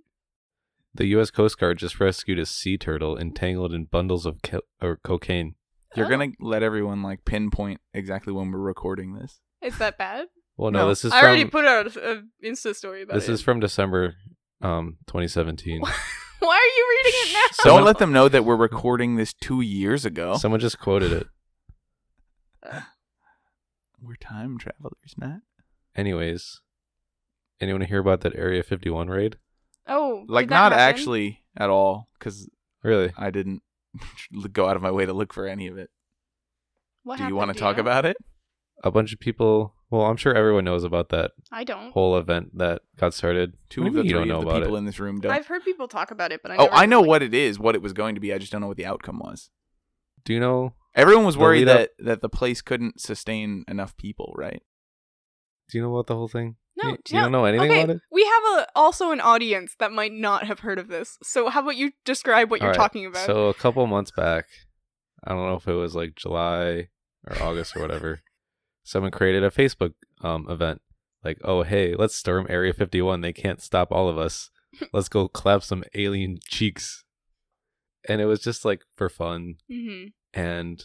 Speaker 3: The U.S. Coast Guard just rescued a sea turtle entangled in bundles of co- or cocaine.
Speaker 2: You're
Speaker 1: Oh.
Speaker 2: gonna let everyone like pinpoint exactly when we're recording this.
Speaker 1: Is that bad?
Speaker 3: Well, no,
Speaker 2: No,
Speaker 3: this is
Speaker 1: I already
Speaker 3: from
Speaker 1: put out an Insta story about
Speaker 3: this
Speaker 1: it.
Speaker 3: is from December, um, 2017.
Speaker 1: Why are you reading it now?
Speaker 3: Someone-
Speaker 2: Don't let them know that we're recording this two years ago.
Speaker 3: Someone just quoted it.
Speaker 2: we're time travelers, Matt.
Speaker 3: Anyways, anyone hear about that Area 51 raid?
Speaker 1: Oh, did
Speaker 2: Like
Speaker 1: that
Speaker 2: not
Speaker 1: happen?
Speaker 2: actually at all, because
Speaker 3: Really?
Speaker 2: I didn't go out of my way to look for any of it.
Speaker 1: What
Speaker 2: Do you
Speaker 1: happened,
Speaker 2: want to
Speaker 1: do
Speaker 2: talk
Speaker 1: know?
Speaker 2: about it?
Speaker 3: A bunch of people. Well, I'm sure everyone knows about that
Speaker 1: I don't.
Speaker 3: whole event that got started.
Speaker 2: Two
Speaker 3: What
Speaker 2: of
Speaker 3: do
Speaker 2: the
Speaker 3: you mean
Speaker 2: three
Speaker 3: you
Speaker 2: of
Speaker 3: don't know
Speaker 2: the
Speaker 3: about
Speaker 2: people
Speaker 3: it.
Speaker 2: in this room don't.
Speaker 1: I've heard people talk about it, but I
Speaker 2: oh,
Speaker 1: never
Speaker 2: I know
Speaker 1: really-
Speaker 2: what it is, what it was going to be. I just don't know what the outcome was.
Speaker 3: Do you know?
Speaker 2: Everyone was
Speaker 3: The
Speaker 2: worried
Speaker 3: lead up-
Speaker 2: that, that the place couldn't sustain enough people, right?
Speaker 1: Oh,
Speaker 3: Do you know about the whole thing?
Speaker 1: No,
Speaker 3: You,
Speaker 1: do
Speaker 3: you
Speaker 1: you
Speaker 3: don't know anything
Speaker 1: okay,
Speaker 3: about it?
Speaker 1: we have a also an audience that might not have heard of this. So how about you describe what you're
Speaker 3: Alright,
Speaker 1: talking about?
Speaker 3: So a couple months back, I don't know if it was like July or August or whatever, someone created a Facebook um, event like, "Oh hey, let's storm Area 51. They can't stop all of us. Let's go clap some alien cheeks." And it was just like for fun,
Speaker 1: hmm
Speaker 3: and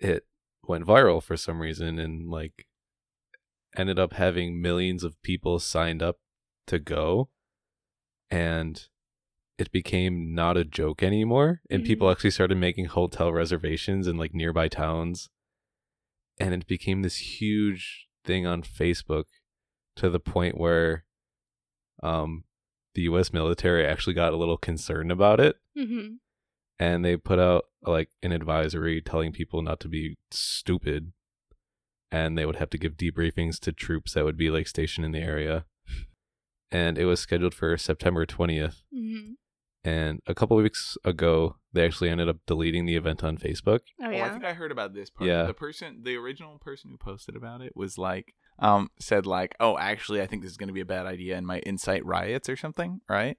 Speaker 3: it went viral for some reason, and like ended up having millions of people signed up to go, and it became not a joke anymore and
Speaker 1: Mhm.
Speaker 3: people actually started making hotel reservations in like nearby towns and it became this huge thing on facebook to the point where um the us military actually got a little concerned about it
Speaker 1: hmm
Speaker 3: and they put out like an advisory telling people not to be stupid and they would have to give debriefings to troops that would be like stationed in the area and it was scheduled for september 20th
Speaker 1: hmm
Speaker 3: and a couple weeks ago they actually ended up deleting the event on facebook
Speaker 1: Oh
Speaker 2: Well, I
Speaker 1: yeah.
Speaker 2: think I heard about this part.
Speaker 3: Yeah.
Speaker 2: The person, the original person who posted about it was like, um, said like, oh, actually, I think this is going to be a bad idea and might incite riots or something, right?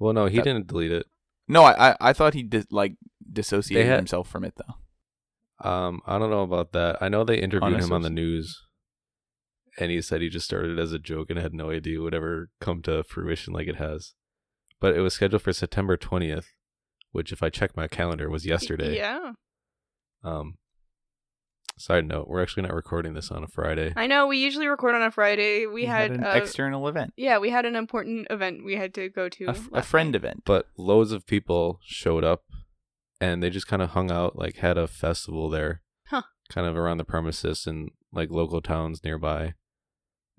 Speaker 3: well no he
Speaker 2: That-
Speaker 3: didn't delete it
Speaker 2: No, I, I, I thought he dis- like dissociated
Speaker 3: They had-
Speaker 2: himself from it though.
Speaker 3: um i don't know about that i know they interviewed him
Speaker 2: Unassociated.
Speaker 3: on the news and he said he just started as a joke and had no idea it would ever come to fruition like it has but it was scheduled for september 20th which if i check my calendar was yesterday
Speaker 1: Yeah.
Speaker 3: um side note we're actually not recording this on a friday
Speaker 1: I know we usually record on a Friday. We
Speaker 2: He
Speaker 1: had,
Speaker 2: an
Speaker 1: uh,
Speaker 2: external event,
Speaker 1: yeah, we had an important event we had to go to.
Speaker 2: a, f- a
Speaker 1: last
Speaker 2: friend
Speaker 1: night.
Speaker 2: event.
Speaker 3: but loads of people showed up and they just kind of hung out like had a festival there
Speaker 1: Huh.
Speaker 3: kind of around the premises and like local towns nearby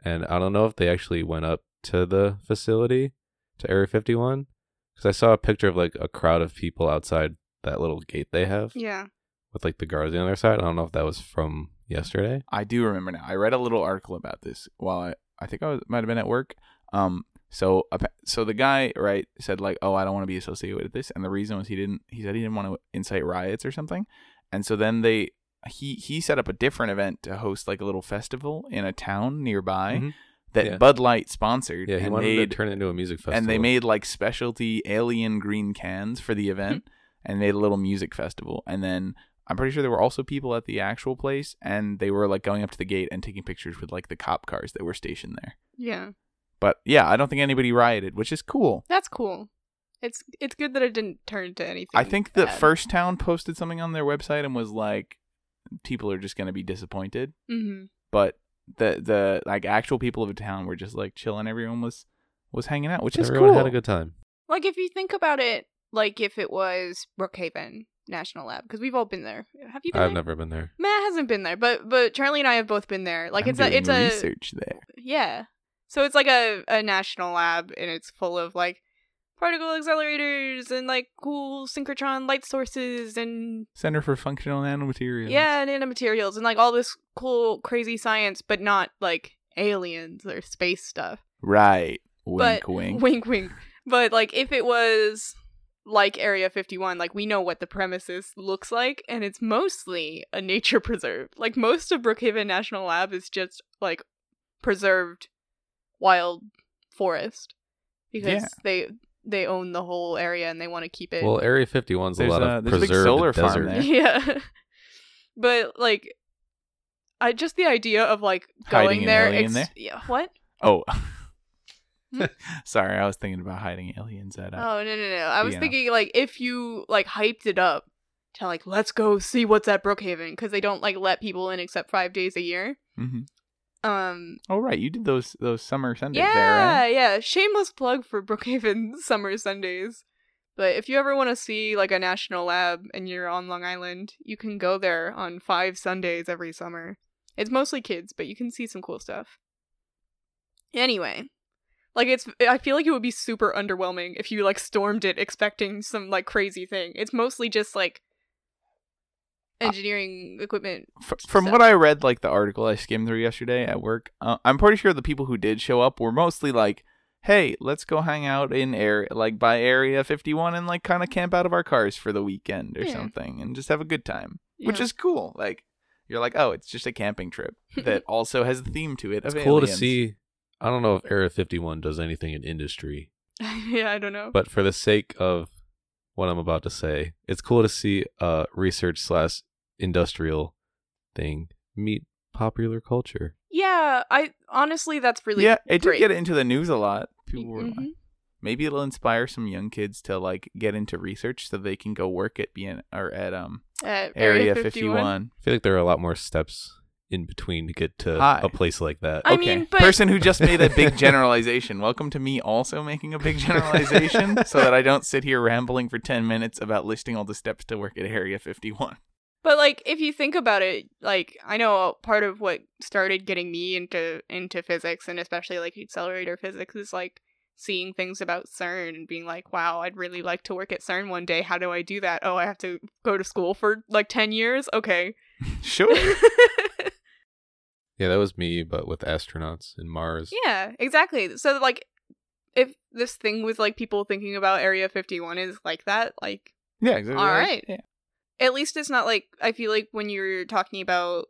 Speaker 3: and i don't know if they actually went up to the facility to area 51 because i saw a picture of like a crowd of people outside that little gate they have
Speaker 1: Yeah.
Speaker 3: with like the guards on the other side i don't know if that was from yesterday
Speaker 2: I do remember now. I read a little article about this while I, I think I was, might have been at work. Um, so appa- so the guy right said like, oh, I don't want to be associated with this, and the reason was he didn't. He said he didn't want to incite riots or something, and so then they he he set up a different event to host like a little festival in a town nearby
Speaker 3: Mhm.
Speaker 2: that
Speaker 3: Yeah.
Speaker 2: Bud Light sponsored
Speaker 3: yeah he
Speaker 2: and
Speaker 3: wanted
Speaker 2: made
Speaker 3: to turn it into a music festival
Speaker 2: and they made like specialty alien green cans for
Speaker 3: Hmm.
Speaker 2: the event and made a little music festival and then i'm pretty sure there were also people at the actual place and they were like going up to the gate and taking pictures with like the cop cars that were stationed there
Speaker 1: Yeah.
Speaker 2: but yeah i don't think anybody rioted which is cool
Speaker 1: That's cool. It's it's good that it didn't turn to anything.
Speaker 2: i think the
Speaker 1: bad.
Speaker 2: first town posted something on their website and was like people are just going to be disappointed
Speaker 1: Mhm.
Speaker 2: but the the like actual people of the town were just like chilling everyone was was hanging out which is
Speaker 3: everyone
Speaker 2: cool
Speaker 3: had a good time
Speaker 1: Like if you think about it, like if it was Brookhaven National Lab, because we've all been there. Have you been?
Speaker 3: i've
Speaker 1: there?
Speaker 3: never been there
Speaker 1: Matt hasn't been there, but but Charlie and I have both been there. Like
Speaker 2: I'm
Speaker 1: it's a
Speaker 2: doing
Speaker 1: it's a
Speaker 2: research there
Speaker 1: yeah. So it's like a, a national lab and it's full of like particle accelerators and like cool synchrotron light sources and
Speaker 2: Center for Functional Nanomaterials.
Speaker 1: yeah, and nanomaterials and like all this cool crazy science, but not like aliens or space stuff.
Speaker 2: Right. Wink,
Speaker 1: But-
Speaker 2: wink.
Speaker 1: Wink wink. But like if it was like Area 51, like we know what the premises looks like and it's mostly a nature preserve. Like most of Brookhaven National Lab is just like preserved wild forest because
Speaker 2: Yeah.
Speaker 1: they they own the whole area and they want to keep it.
Speaker 3: well area 51's a
Speaker 2: There's
Speaker 3: lot
Speaker 2: a-
Speaker 3: of
Speaker 2: there's a big
Speaker 3: preserved
Speaker 2: solar farm
Speaker 3: desert
Speaker 2: there.
Speaker 1: yeah. but like I just the idea of like going
Speaker 2: Hiding an
Speaker 1: there,
Speaker 2: alien there?
Speaker 1: Yeah, what?
Speaker 2: Oh.
Speaker 1: Hmm?
Speaker 2: Sorry, I was thinking about hiding aliens at uh,
Speaker 1: Oh no no no! I was
Speaker 2: Vienna.
Speaker 1: thinking like if you like hyped it up to like let's go see what's at Brookhaven because they don't like let people in except five days a year.
Speaker 2: Mm-hmm.
Speaker 1: Um,
Speaker 2: Oh right, you did those those summer Sundays
Speaker 1: yeah,
Speaker 2: there, right?
Speaker 1: yeah. Shameless plug for Brookhaven summer Sundays. But if you ever want to see like a national lab and you're on Long Island, you can go there on five Sundays every summer. It's mostly kids, but you can see some cool stuff. Anyway, like it's I feel like it would be super underwhelming if you like stormed it expecting some like crazy thing. It's mostly just like
Speaker 2: Uh,
Speaker 1: engineering equipment.
Speaker 2: F- from what I read, like the article I skimmed through yesterday at work, uh, I'm pretty sure the people who did show up were mostly like, "Hey, let's go hang out in air, like by Area 51, and like kind of camp out of our cars for the weekend or
Speaker 1: Yeah.
Speaker 2: something, and just have a good time," which
Speaker 1: Yeah.
Speaker 2: is cool. Like you're like, "Oh, it's just a camping trip that also has the theme to it."
Speaker 3: It's
Speaker 2: of
Speaker 3: cool to
Speaker 2: aliens."
Speaker 3: see. I don't know if Area 51 does anything in industry,
Speaker 1: yeah, I don't know.
Speaker 3: but for the sake of what I'm about to say, it's cool to see a research slash industrial thing meet popular culture.
Speaker 1: yeah, I honestly that's really
Speaker 2: yeah, it
Speaker 1: great.
Speaker 2: did get into the news a lot. People were like,
Speaker 1: Mhm.
Speaker 2: maybe it'll inspire some young kids to like get into research so they can go work at being or at um
Speaker 1: At
Speaker 2: Area 51.
Speaker 3: I feel like there are a lot more steps in between to get to
Speaker 2: Hi.
Speaker 3: a place like that.
Speaker 1: I
Speaker 2: okay.
Speaker 1: mean, but-
Speaker 2: person who just made a big generalization. Welcome to me also making a big generalization so that I don't sit here rambling for 10 minutes about listing all the steps to work at Area 51.
Speaker 1: But like if you think about it, like I know part of what started getting me into into physics and especially like accelerator physics is like seeing things about CERN and being like, "Wow, I'd really like to work at CERN one day. How do I do that? Oh, I have to go to school for like 10 years. Okay."
Speaker 2: Sure.
Speaker 3: yeah, that was me, but with astronauts and Mars.
Speaker 1: yeah, exactly. So like if this thing with like people thinking about Area 51 is like that, like
Speaker 2: Yeah, exactly.
Speaker 1: All right.
Speaker 2: Yeah.
Speaker 1: at least it's not like I feel like when you're talking about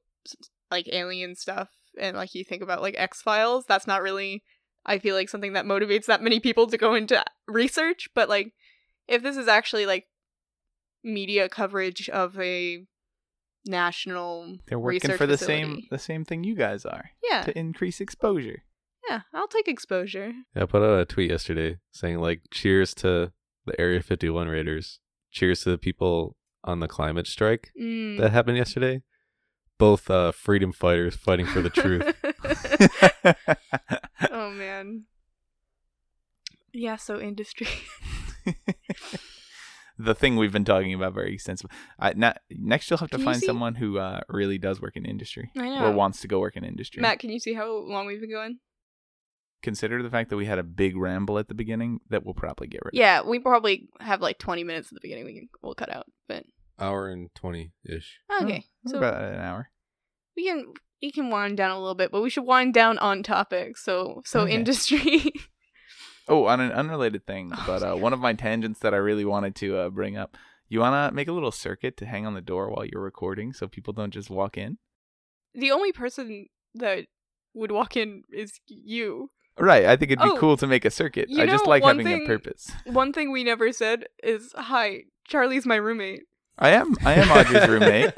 Speaker 1: like alien stuff and like you think about like X Files, that's not really I feel like something that motivates that many people to go into research. But like, if this is actually like media coverage of a national,
Speaker 2: They're working
Speaker 1: Research
Speaker 2: for the same
Speaker 1: facility. Uh.
Speaker 2: the same thing you guys are
Speaker 1: yeah,
Speaker 2: to increase exposure.
Speaker 1: yeah, I'll take exposure.
Speaker 3: Yeah, I put out a tweet yesterday saying like cheers to the Area 51 Raiders. Cheers to the people on the climate strike
Speaker 1: Mm.
Speaker 3: that happened yesterday. Both uh, freedom fighters fighting for the truth.
Speaker 1: oh man. Yeah, so industry.
Speaker 2: the thing we've been talking about very extensively. I, na next, you'll have to
Speaker 1: Can you
Speaker 2: find
Speaker 1: see-
Speaker 2: someone who uh, really does work in industry
Speaker 1: I know.
Speaker 2: or wants to go work in industry.
Speaker 1: Matt, can you see how long we've been going?
Speaker 2: Consider the fact that we had a big ramble at the beginning that we'll probably get rid of.
Speaker 1: Yeah, we probably have like 20 minutes at the beginning we can, we'll cut out. But
Speaker 3: Hour and 20 ish.
Speaker 1: okay.
Speaker 2: Oh,
Speaker 1: so
Speaker 2: about an hour.
Speaker 1: we can we can wind down a little bit, but we should wind down on topic. So so
Speaker 2: Okay.
Speaker 1: industry.
Speaker 2: Oh, on an unrelated thing,
Speaker 1: Oh,
Speaker 2: but uh,
Speaker 1: sorry.
Speaker 2: one of my tangents that I really wanted to uh, bring up. You wanna make a little circuit to hang on the door while you're recording, so people don't just walk in.
Speaker 1: the only person that would walk in is you.
Speaker 2: Right. I think it'd be
Speaker 1: Oh,
Speaker 2: cool to make a circuit.
Speaker 1: you
Speaker 2: I just
Speaker 1: know,
Speaker 2: like
Speaker 1: one
Speaker 2: having a
Speaker 1: thing-
Speaker 2: purpose.
Speaker 1: One thing we never said is hi, Charlie's my roommate.
Speaker 2: I am. I am Audrey's roommate.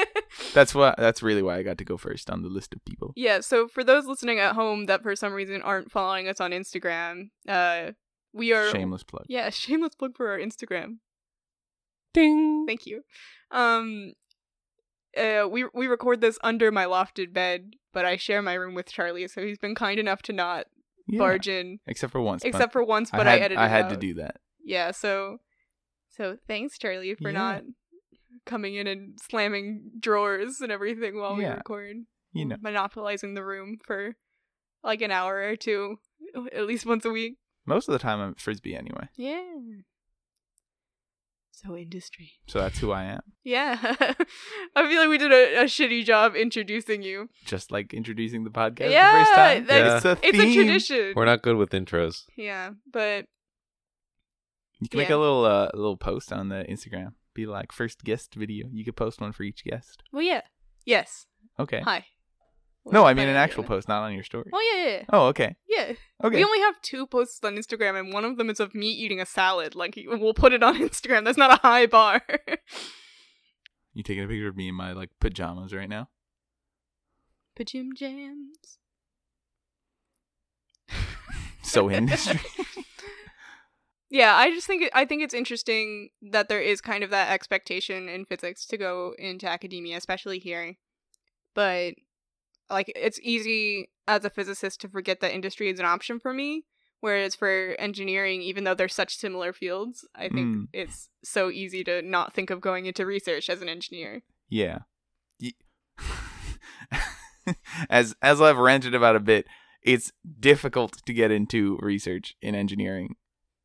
Speaker 2: That's why. That's really why I got to go first on the list of people.
Speaker 1: Yeah, so for those listening at home that for some reason aren't following us on Instagram, uh we are
Speaker 2: Shameless plug.
Speaker 1: Yeah, shameless plug for our Instagram.
Speaker 3: Ding.
Speaker 1: Thank you. Um uh, we we record this under my lofted bed, but I share my room with Charlie, so he's been kind enough to not
Speaker 2: Yeah.
Speaker 1: barge in,
Speaker 2: Except for once. but
Speaker 1: except for once. But
Speaker 2: I
Speaker 1: I,
Speaker 2: had,
Speaker 1: edited.
Speaker 2: I had
Speaker 1: it
Speaker 2: to
Speaker 1: out.
Speaker 2: do that.
Speaker 1: Yeah. So, so thanks, Charlie, for
Speaker 2: Yeah.
Speaker 1: not coming in and slamming drawers and everything while
Speaker 2: Yeah.
Speaker 1: we record.
Speaker 2: You know,
Speaker 1: monopolizing the room for like an hour or two, at least once a week.
Speaker 2: most of the time I'm at frisbee anyway,
Speaker 1: Yeah. So industry.
Speaker 2: so that's who I am.
Speaker 1: Yeah. I feel like we did a, a shitty job introducing you.
Speaker 2: Just like introducing the podcast the
Speaker 1: Yeah,
Speaker 2: first time.
Speaker 1: that's-
Speaker 2: It's a
Speaker 1: It's a
Speaker 2: theme.
Speaker 1: tradition.
Speaker 3: We're not good with intros.
Speaker 1: yeah, but
Speaker 2: You can make
Speaker 1: Yeah.
Speaker 2: a little uh, little post on the Instagram. Be like first guest video. You could post one for each guest.
Speaker 1: well, yeah, yes.
Speaker 2: Okay.
Speaker 1: Hi.
Speaker 2: No,
Speaker 1: We're
Speaker 2: I mean
Speaker 1: planning
Speaker 2: an
Speaker 1: on
Speaker 2: actual
Speaker 1: doing
Speaker 2: post, not on your story.
Speaker 1: that. Oh yeah, yeah,
Speaker 2: Oh, okay.
Speaker 1: yeah. Yeah.
Speaker 2: Okay.
Speaker 1: We only have two posts on Instagram, and one of them is of me eating a salad. Like we'll put it on Instagram. That's not a high bar.
Speaker 2: You taking a picture of me in my like pajamas right now?
Speaker 1: Pajim jams.
Speaker 2: So industry.
Speaker 1: yeah, I just think it, I think it's interesting that there is kind of that expectation in physics to go into academia, especially here. But like it's easy as a physicist to forget that industry is an option for me, whereas for engineering, even though they're such similar fields, I think
Speaker 2: Mm.
Speaker 1: it's so easy to not think of going into research as an engineer.
Speaker 2: Yeah. Ye- as as I've ranted about a bit, it's difficult to get into research in engineering.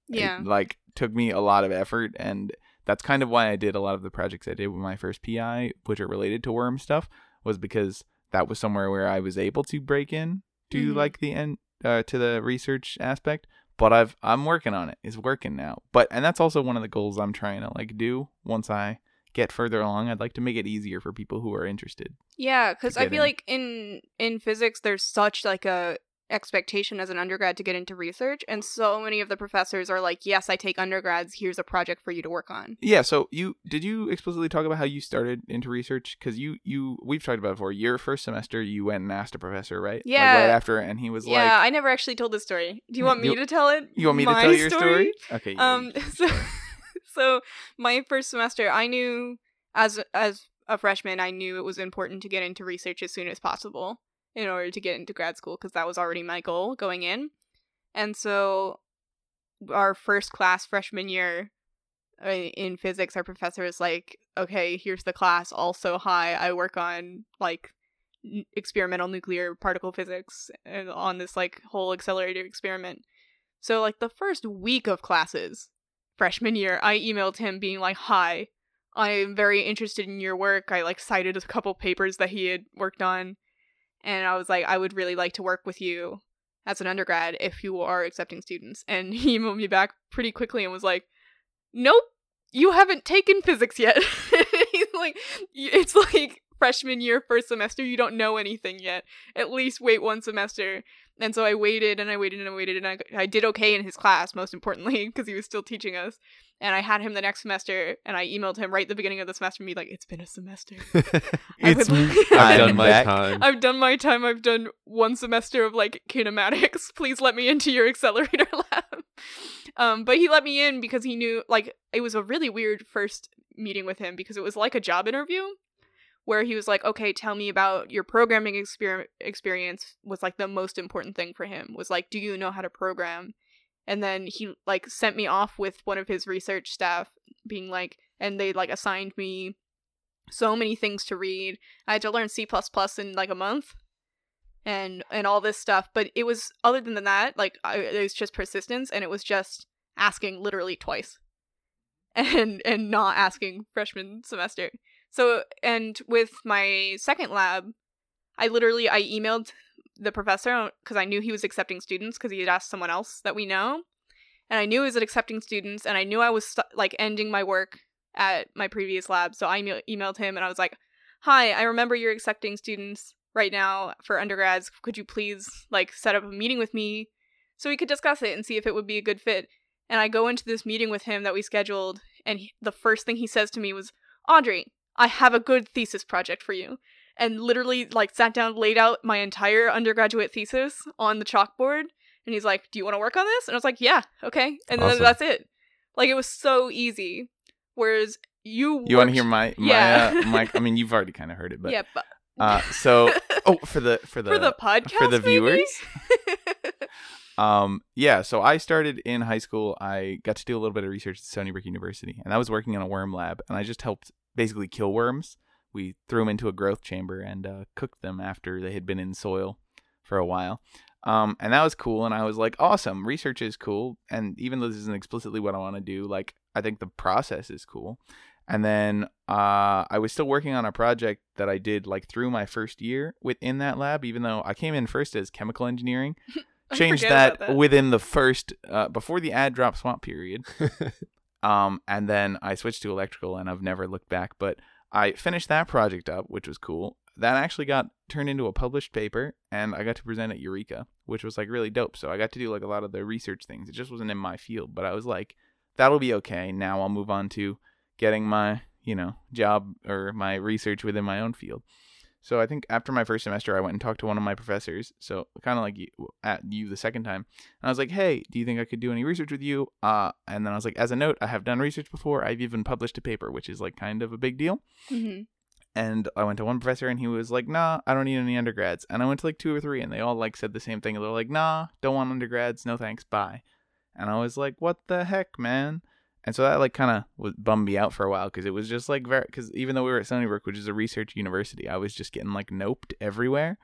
Speaker 2: It,
Speaker 1: Yeah.
Speaker 2: like took me a lot of effort and that's kind of why I did a lot of the projects I did with my first PI, which are related to worm stuff, was because that was somewhere where I was able to break in to
Speaker 1: Mhm.
Speaker 2: like the end uh, to the research aspect. But I've I'm working on it. It's working now. But and that's also one of the goals I'm trying to like do once I get further along. I'd like to make it easier for people who are interested.
Speaker 1: Yeah, because I
Speaker 2: get
Speaker 1: feel
Speaker 2: in.
Speaker 1: like in in physics, there's such like a expectation as an undergrad to get into research, and so many of the professors are like, "Yes, I take undergrads. Here's a project for you to work on."
Speaker 2: Yeah. So you did you explicitly talk about how you started into research? Because you you we've talked about it before. Your first semester, you went and asked a professor, right? Like, right
Speaker 1: Yeah.
Speaker 2: after, and he was like,
Speaker 1: yeah, I never actually told this story. Do you
Speaker 2: Yeah,
Speaker 1: want me
Speaker 2: you-
Speaker 1: to tell it?
Speaker 2: "You want me to
Speaker 1: My
Speaker 2: tell your story?" Okay. yeah,
Speaker 1: Um,
Speaker 2: you-
Speaker 1: so, so my first semester, I knew as as a freshman, I knew it was important to get into research as soon as possible in order to get into grad school because that was already my goal going in. And so, our first class freshman year uh, in physics, our professor is like, "Okay, here's the class. Also, hi, I work on like." n- experimental nuclear particle physics and on this like whole accelerator experiment so, like, the first week of classes, freshman year, I emailed him being like, Hi, I'm very interested in your work. I, like, cited a couple papers that he had worked on. And I was like, I would really like to work with you as an undergrad if you are accepting students. And he emailed me back pretty quickly and was like, Nope, you haven't taken physics yet. He's like, "Y- It's like freshman year, first semester, you don't know anything yet. At least wait one semester. And so I waited and I waited and I waited and I, I did okay in his class, most importantly, because he was still teaching us. And I had him the next semester and I emailed him right at the beginning of the semester and be like, it's been a semester. I would like-
Speaker 3: I've
Speaker 2: I'm
Speaker 3: done my
Speaker 2: back.
Speaker 3: time.
Speaker 1: I've done my time. I've done one semester of like kinematics. Please let me into your accelerator lab. Um, but he let me in because he knew like it was a really weird first meeting with him because it was like a job interview where he was like, "Okay, tell me about your programming exper- experience." Was like the most important thing for him. Was like, "Do you know how to program?" And then he like sent me off with one of his research staff being like and they like assigned me so many things to read I had to learn C in like a month and and all this stuff. But it was other than that, like I, it was just persistence and it was just asking literally twice. And and not asking freshman semester. So and with my second lab, I literally I emailed the professor because I knew he was accepting students because he had asked someone else that we know. And I knew he was accepting students and I knew I was stu like ending my work at my previous lab. So I email- emailed him and I was like, hi i remember you're accepting students right now for undergrads could you please like set up a meeting with me so we could discuss it and see if it would be a good fit and i go into this meeting with him that we scheduled and he, the first thing he says to me was audrey i have a good thesis project for you and literally like sat down laid out my entire undergraduate thesis on the chalkboard and he's like do you want to work on this and i was like yeah okay and then
Speaker 3: Awesome.
Speaker 1: that's it like it was so easy whereas you
Speaker 2: you
Speaker 1: worked-
Speaker 2: want to hear my my
Speaker 1: Yeah.
Speaker 2: uh, my? I mean, you've already kind of heard it, but
Speaker 1: yeah but
Speaker 2: uh, so oh for the for the
Speaker 1: for the podcast
Speaker 2: for the
Speaker 1: maybe?
Speaker 2: viewers? Um, yeah, so I started in high school. I got to do a little bit of research at Stony Brook University, and I was working in a worm lab, and I just helped basically kill worms. We threw them into a growth chamber and uh, cooked them after they had been in soil for a while. Um, and that was cool, and I was like, awesome, research is cool. And even though this isn't explicitly what I want to do, like, I think the process is cool. And then uh, I was still working on a project that I did like through my first year within that lab, even though I came in first as chemical engineering
Speaker 1: I
Speaker 2: changed
Speaker 1: forget
Speaker 2: that,
Speaker 1: about that.
Speaker 2: within the first uh, before the ad drop swap period um and then i switched to electrical and i've never looked back but i finished that project up which was cool that actually got turned into a published paper and i got to present at eureka which was like really dope so i got to do like a lot of the research things it just wasn't in my field but i was like that'll be okay now i'll move on to getting my you know job or my research within my own field So I think after my first semester, I went and talked to one of my professors. So kind of like you, at you the second time, and I was like, "Hey, do you think I could do any research with you?" Uh, and then I was like, "As a note, I have done research before. I've even published a paper, which is like kind of a big deal."
Speaker 1: hmm
Speaker 2: And I went to one professor, and he was like, "Nah, I don't need any undergrads." And I went to like two or three, and they all like said the same thing. They're like, "Nah, don't want undergrads. No thanks. Bye." And I was like, "What the heck, man?" And so that like kind of was bummed me out for a while because it was just like very because even though we were at Stony Brook, which is a research university, I was just getting like noped everywhere.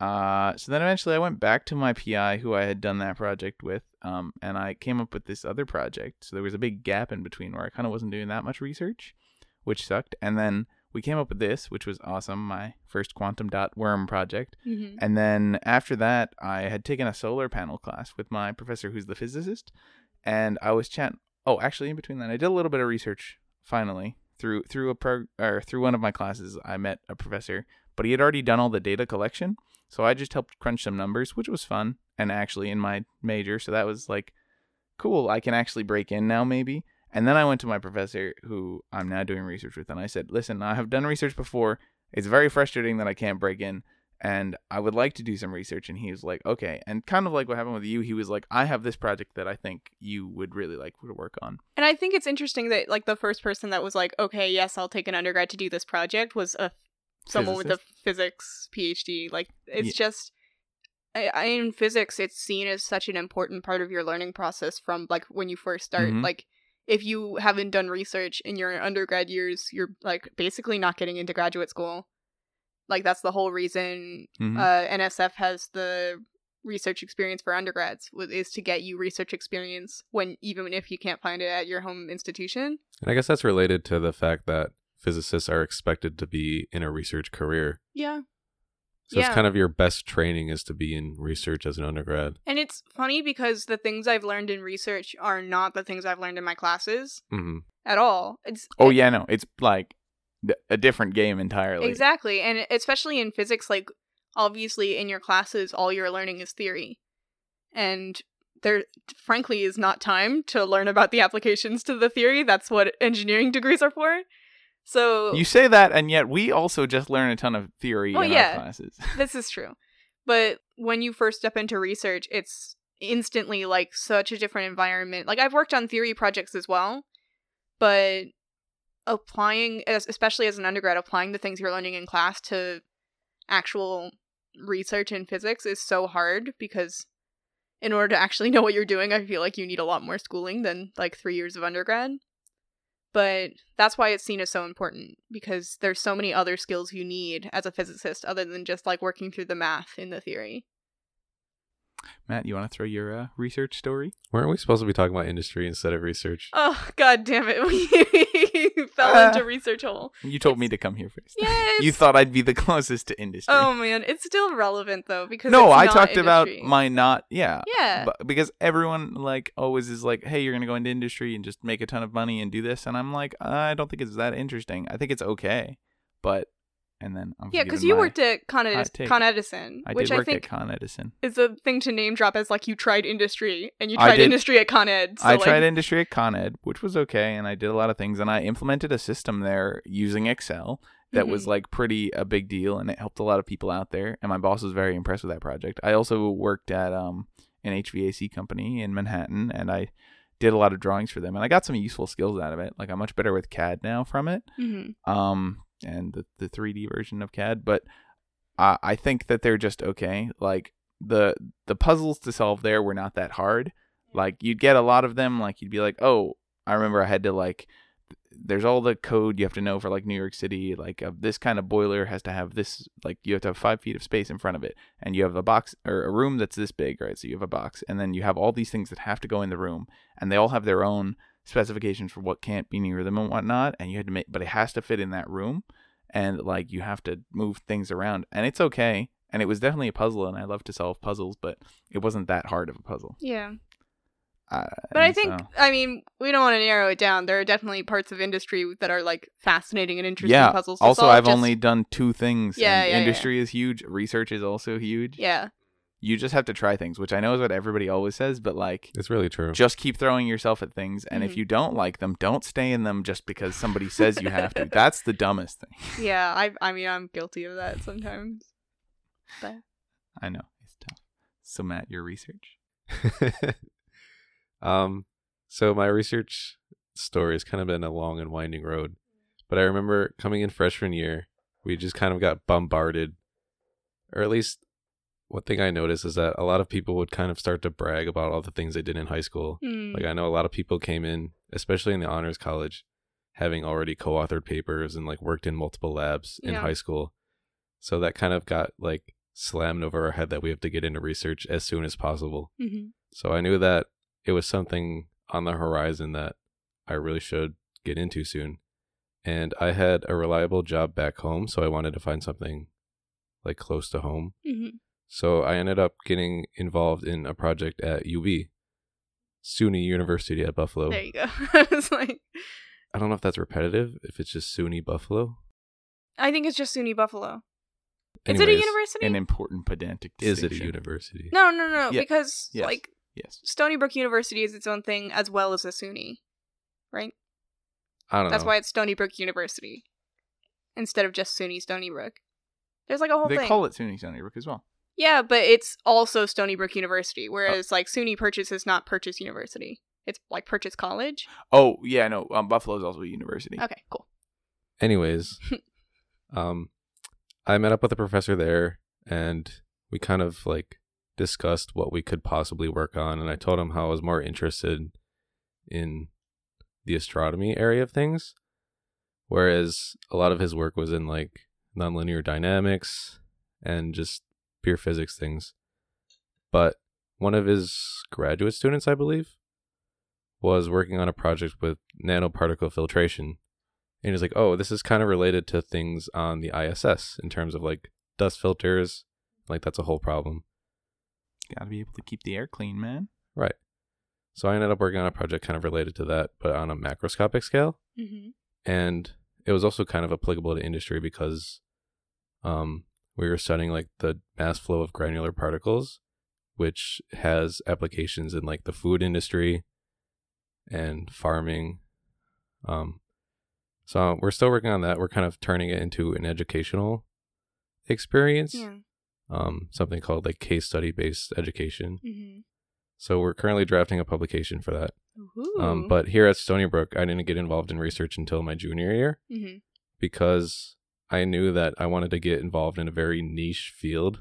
Speaker 2: Uh, so then eventually I went back to my PI who I had done that project with, um, and I came up with this other project. So there was a big gap in between where I kind of wasn't doing that much research, which sucked. And then we came up with this, which was awesome, my first quantum dot worm project.
Speaker 1: hmm
Speaker 2: And then after that, I had taken a solar panel class with my professor, who's the physicist, and I was chatting. Oh, actually, in between that, I did a little bit of research. Finally, through through a pro or through one of my classes, I met a professor, but he had already done all the data collection, so I just helped crunch some numbers, which was fun, and actually in my major, so that was like, cool. I can actually break in now, maybe. And then I went to my professor, who I'm now doing research with, and I said, "Listen, I have done research before. It's very frustrating that I can't break in and I would like to do some research. And he was like, okay. And kind of like what happened with you, he was like, I have this project that I think you would really like to work on.
Speaker 1: And I think it's interesting that like the first person that was like, okay, yes, I'll take an undergrad to do this project was a someone with a physics PhD. Like it's
Speaker 2: Yeah.
Speaker 1: just I, I in physics, it's seen as such an important part of your learning process from like when you first start.
Speaker 2: Mhm.
Speaker 1: Like if you haven't done research in your undergrad years, you're like basically not getting into graduate school. Like that's the whole reason
Speaker 2: Mhm.
Speaker 1: uh, NSF has the research experience for undergrads wi- is to get you research experience when even if you can't find it at your home institution.
Speaker 3: And I guess that's related to the fact that physicists are expected to be in a research career.
Speaker 1: Yeah.
Speaker 3: So it's kind of your best training is to be in research as an undergrad.
Speaker 1: And it's funny because the things I've learned in research are not the things I've learned in my classes
Speaker 3: Mm-hmm.
Speaker 1: at all. It's e
Speaker 2: oh, yeah, no. It's like d- a different game entirely.
Speaker 1: exactly. And especially in physics like obviously in your classes all you're learning is theory. And there frankly is not time to learn about the applications to the theory. That's what engineering degrees are for. So
Speaker 2: You say that, and yet we also just learn a ton of theory
Speaker 1: Oh,
Speaker 2: in
Speaker 1: yeah.
Speaker 2: our classes.
Speaker 1: this is true. But when you first step into research, it's instantly like such a different environment. Like I've worked on theory projects as well, but applying as especially as an undergrad applying the things you're learning in class to actual research in physics is so hard because in order to actually know what you're doing, I feel like you need a lot more schooling than like 3 years of undergrad. But that's why it's seen as so important because there's so many other skills you need as a physicist other than just like working through the math in the theory.
Speaker 2: Matt, you want to throw your uh, research story?
Speaker 3: Weren't we supposed to be talking about industry instead of research?
Speaker 1: Oh god damn it. We fell
Speaker 2: Ah.
Speaker 1: into research hole.
Speaker 2: You told me to come here first.
Speaker 1: Yes.
Speaker 2: you thought I'd be the closest to industry.
Speaker 1: Oh man, it's still relevant though because
Speaker 2: no,
Speaker 1: it's
Speaker 2: I
Speaker 1: not
Speaker 2: talked about
Speaker 1: industry.
Speaker 2: my not, yeah.
Speaker 1: Yeah.
Speaker 2: But because everyone like always is like, "Hey, you're gonna go into industry and just make a ton of money and do this," and I'm like, I don't think it's that interesting. I think it's okay, but and then I'm
Speaker 1: yeah,
Speaker 2: because
Speaker 1: cuz you worked at Con, Edis-
Speaker 2: hot take.
Speaker 1: Con Edison,
Speaker 2: I
Speaker 1: which
Speaker 2: did
Speaker 1: I
Speaker 2: work
Speaker 1: think
Speaker 2: at Con Edison.
Speaker 1: is a thing to name drop as like you tried industry and you
Speaker 2: I
Speaker 1: tried
Speaker 2: did-
Speaker 1: industry at Con Ed. So
Speaker 2: I
Speaker 1: like,
Speaker 2: tried industry at Con Ed, which was okay, and I did a lot of things, and I implemented a system there using Excel that was
Speaker 1: Mhm.
Speaker 2: like pretty a big deal, and it helped a lot of people out there. And my boss was very impressed with that project. I also worked at um an HVAC company in Manhattan, and I did a lot of drawings for them, and I got some useful skills out of it. Like I'm much better with CAD now from it,
Speaker 1: Mhm.
Speaker 2: um, and the the 3D version of CAD, but I I think that they're just okay. Like the the puzzles to solve there were not that hard. Like you'd get a lot of them. Like you'd be like, oh, I remember I had to like. There's all the code you have to know for like New York City. Like of this kind of boiler has to have this. Like you have to have five feet of space in front of it, and you have a box or a room that's this big, right? So you have a box, and then you have all these things that have to go in the room, and they all have their own specifications for what can't be near them and whatnot, and you had to make, but it has to fit in that room, and like you have to move things around, and it's okay. And it was definitely a puzzle, and I love to solve puzzles, but it wasn't that hard of a puzzle.
Speaker 1: Yeah.
Speaker 2: Uh,
Speaker 1: But I
Speaker 2: and
Speaker 1: think,
Speaker 2: so-
Speaker 1: I mean, we don't want to narrow it down. There are definitely parts of industry that are like fascinating and interesting
Speaker 2: yeah.
Speaker 1: puzzles. To
Speaker 2: Also,
Speaker 1: solve,
Speaker 2: I've
Speaker 1: just-
Speaker 2: only done two things.
Speaker 1: Yeah,
Speaker 2: and
Speaker 1: yeah, yeah.
Speaker 2: industry is huge. Research is also huge.
Speaker 1: yeah.
Speaker 2: You just have to try things, which I know is what everybody always says, but like
Speaker 3: It's really true.
Speaker 2: just keep throwing yourself at things and if
Speaker 1: Mhm.
Speaker 2: you don't like them, don't stay in them just because somebody says you have to. That's the dumbest thing.
Speaker 1: Yeah, I I mean I'm guilty of that sometimes.
Speaker 2: I know. It's tough. So Matt, your research?
Speaker 3: um, so my research story has kind of been a long and winding road, but I remember coming in freshman year, we just kind of got bombarded, or at least one thing I noticed is that a lot of people would kind of start to brag about all the things they did in high school.
Speaker 1: Mm.
Speaker 2: uh,
Speaker 3: Like I know a lot of people came in, especially in the honors college, having already co-authored papers and like worked in multiple labs in
Speaker 1: Yeah.
Speaker 3: high school. So that kind of got like slammed over our head that we have to get into research as soon as possible.
Speaker 1: Mhm.
Speaker 3: So I knew that it was something on the horizon that I really should get into soon. And I had a reliable job back home, so I wanted to find something like close to home.
Speaker 1: Mhm.
Speaker 3: So I ended up getting involved in a project at UB, SUNY University at Buffalo.
Speaker 1: There you go. I was like,
Speaker 3: I don't know if that's repetitive, if it's just SUNY Buffalo.
Speaker 1: I think it's just SUNY Buffalo. Is it a
Speaker 3: Anyways,
Speaker 1: university?
Speaker 2: An important pedantic
Speaker 3: Is it a
Speaker 2: distinction.
Speaker 3: university?
Speaker 1: no, no, no.
Speaker 2: Yeah.
Speaker 1: Because
Speaker 2: Yes.
Speaker 1: like
Speaker 2: Yes.
Speaker 1: Stony Brook University is its own thing as well as a SUNY, right?
Speaker 3: I don't
Speaker 1: That's
Speaker 2: Oh.
Speaker 3: know.
Speaker 1: why it's Stony Brook University instead of just SUNY Stony Brook. There's like a whole
Speaker 2: They
Speaker 1: thing.
Speaker 2: call it SUNY Stony Brook as well.
Speaker 1: yeah, but it's also Stony Brook
Speaker 2: Oh.
Speaker 1: University, whereas like SUNY Purchase is not Purchase University. It's like Purchase College.
Speaker 2: Oh yeah, no. Um, Buffalo is also a university.
Speaker 1: Okay, cool.
Speaker 3: anyways um i met up with a professor there and we kind of like discussed what we could possibly work on and i told him how i was more interested in the astronomy area of things whereas a lot of his work was in like nonlinear dynamics and just pure physics things but one of his graduate students i believe was working on a project with nanoparticle filtration and he's like, "Oh, this is kind of related to things on the ISS in terms of like dust filters. Like that's a whole problem."
Speaker 2: Got to be able to keep the air clean, man.
Speaker 3: So I ended up working on a project kind of related to that, but on a macroscopic scale,
Speaker 1: Mm-hmm.
Speaker 3: and it was also kind of applicable to industry because um, we were studying like the mass flow of granular particles, which has applications in like the food industry and farming. Um, so we're still working on that. We're kind of turning it into an educational experience,
Speaker 1: Yeah.
Speaker 3: um, something called like case study based education.
Speaker 1: Mm-hmm.
Speaker 3: So we're currently drafting a publication for that. Um, but here at Stony Brook, I didn't get involved in research until my junior year
Speaker 1: hmm
Speaker 3: because I knew that I wanted to get involved in a very niche field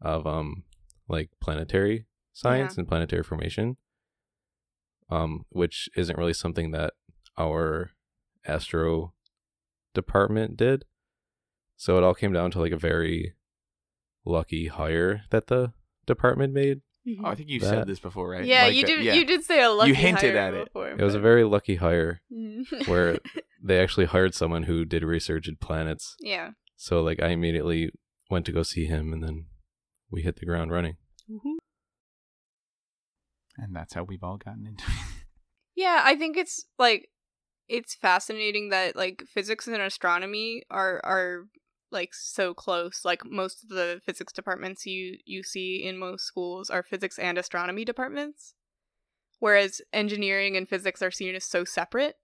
Speaker 3: of um like planetary science and planetary formation um which isn't really something that our astro department did so it all came down to like a very lucky hire that the department made
Speaker 2: Oh, I think you
Speaker 3: That-
Speaker 2: said this before, right?
Speaker 1: Mm-hmm. Yeah,
Speaker 2: Like,
Speaker 1: you
Speaker 2: uh,
Speaker 1: did.
Speaker 2: yeah.
Speaker 1: You did say a lucky.
Speaker 2: hinted
Speaker 1: hire
Speaker 2: at it.
Speaker 1: Before, Mm-hmm.
Speaker 3: it was a very lucky hire
Speaker 1: very
Speaker 3: where they actually hired someone who did research in planets
Speaker 1: yeah.
Speaker 3: So like I immediately went to go see him and then we hit the ground running.
Speaker 2: And that's how we've all gotten into
Speaker 1: Yeah, I think it's like it's fascinating that like physics and astronomy are are like so close. Like most of the physics departments you you see in most schools are physics and astronomy departments. Whereas engineering and physics are seen as so separate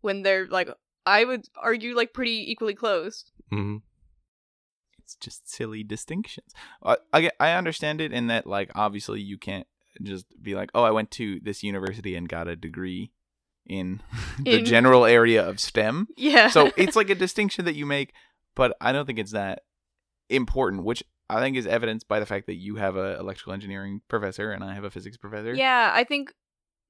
Speaker 1: when they're like I would argue like pretty equally close.
Speaker 3: hmm
Speaker 2: it's just silly distinctions. I, I get- I understand it in that like obviously you can't just be like, "Oh, I went to this university and got a degree in the
Speaker 1: In-
Speaker 2: general area of STEM."
Speaker 1: Yeah.
Speaker 2: So it's like a distinction that you make, but I don't think it's that important, which I think is evidenced by the fact that you have a electrical engineering professor and I have a physics professor.
Speaker 1: Yeah, I think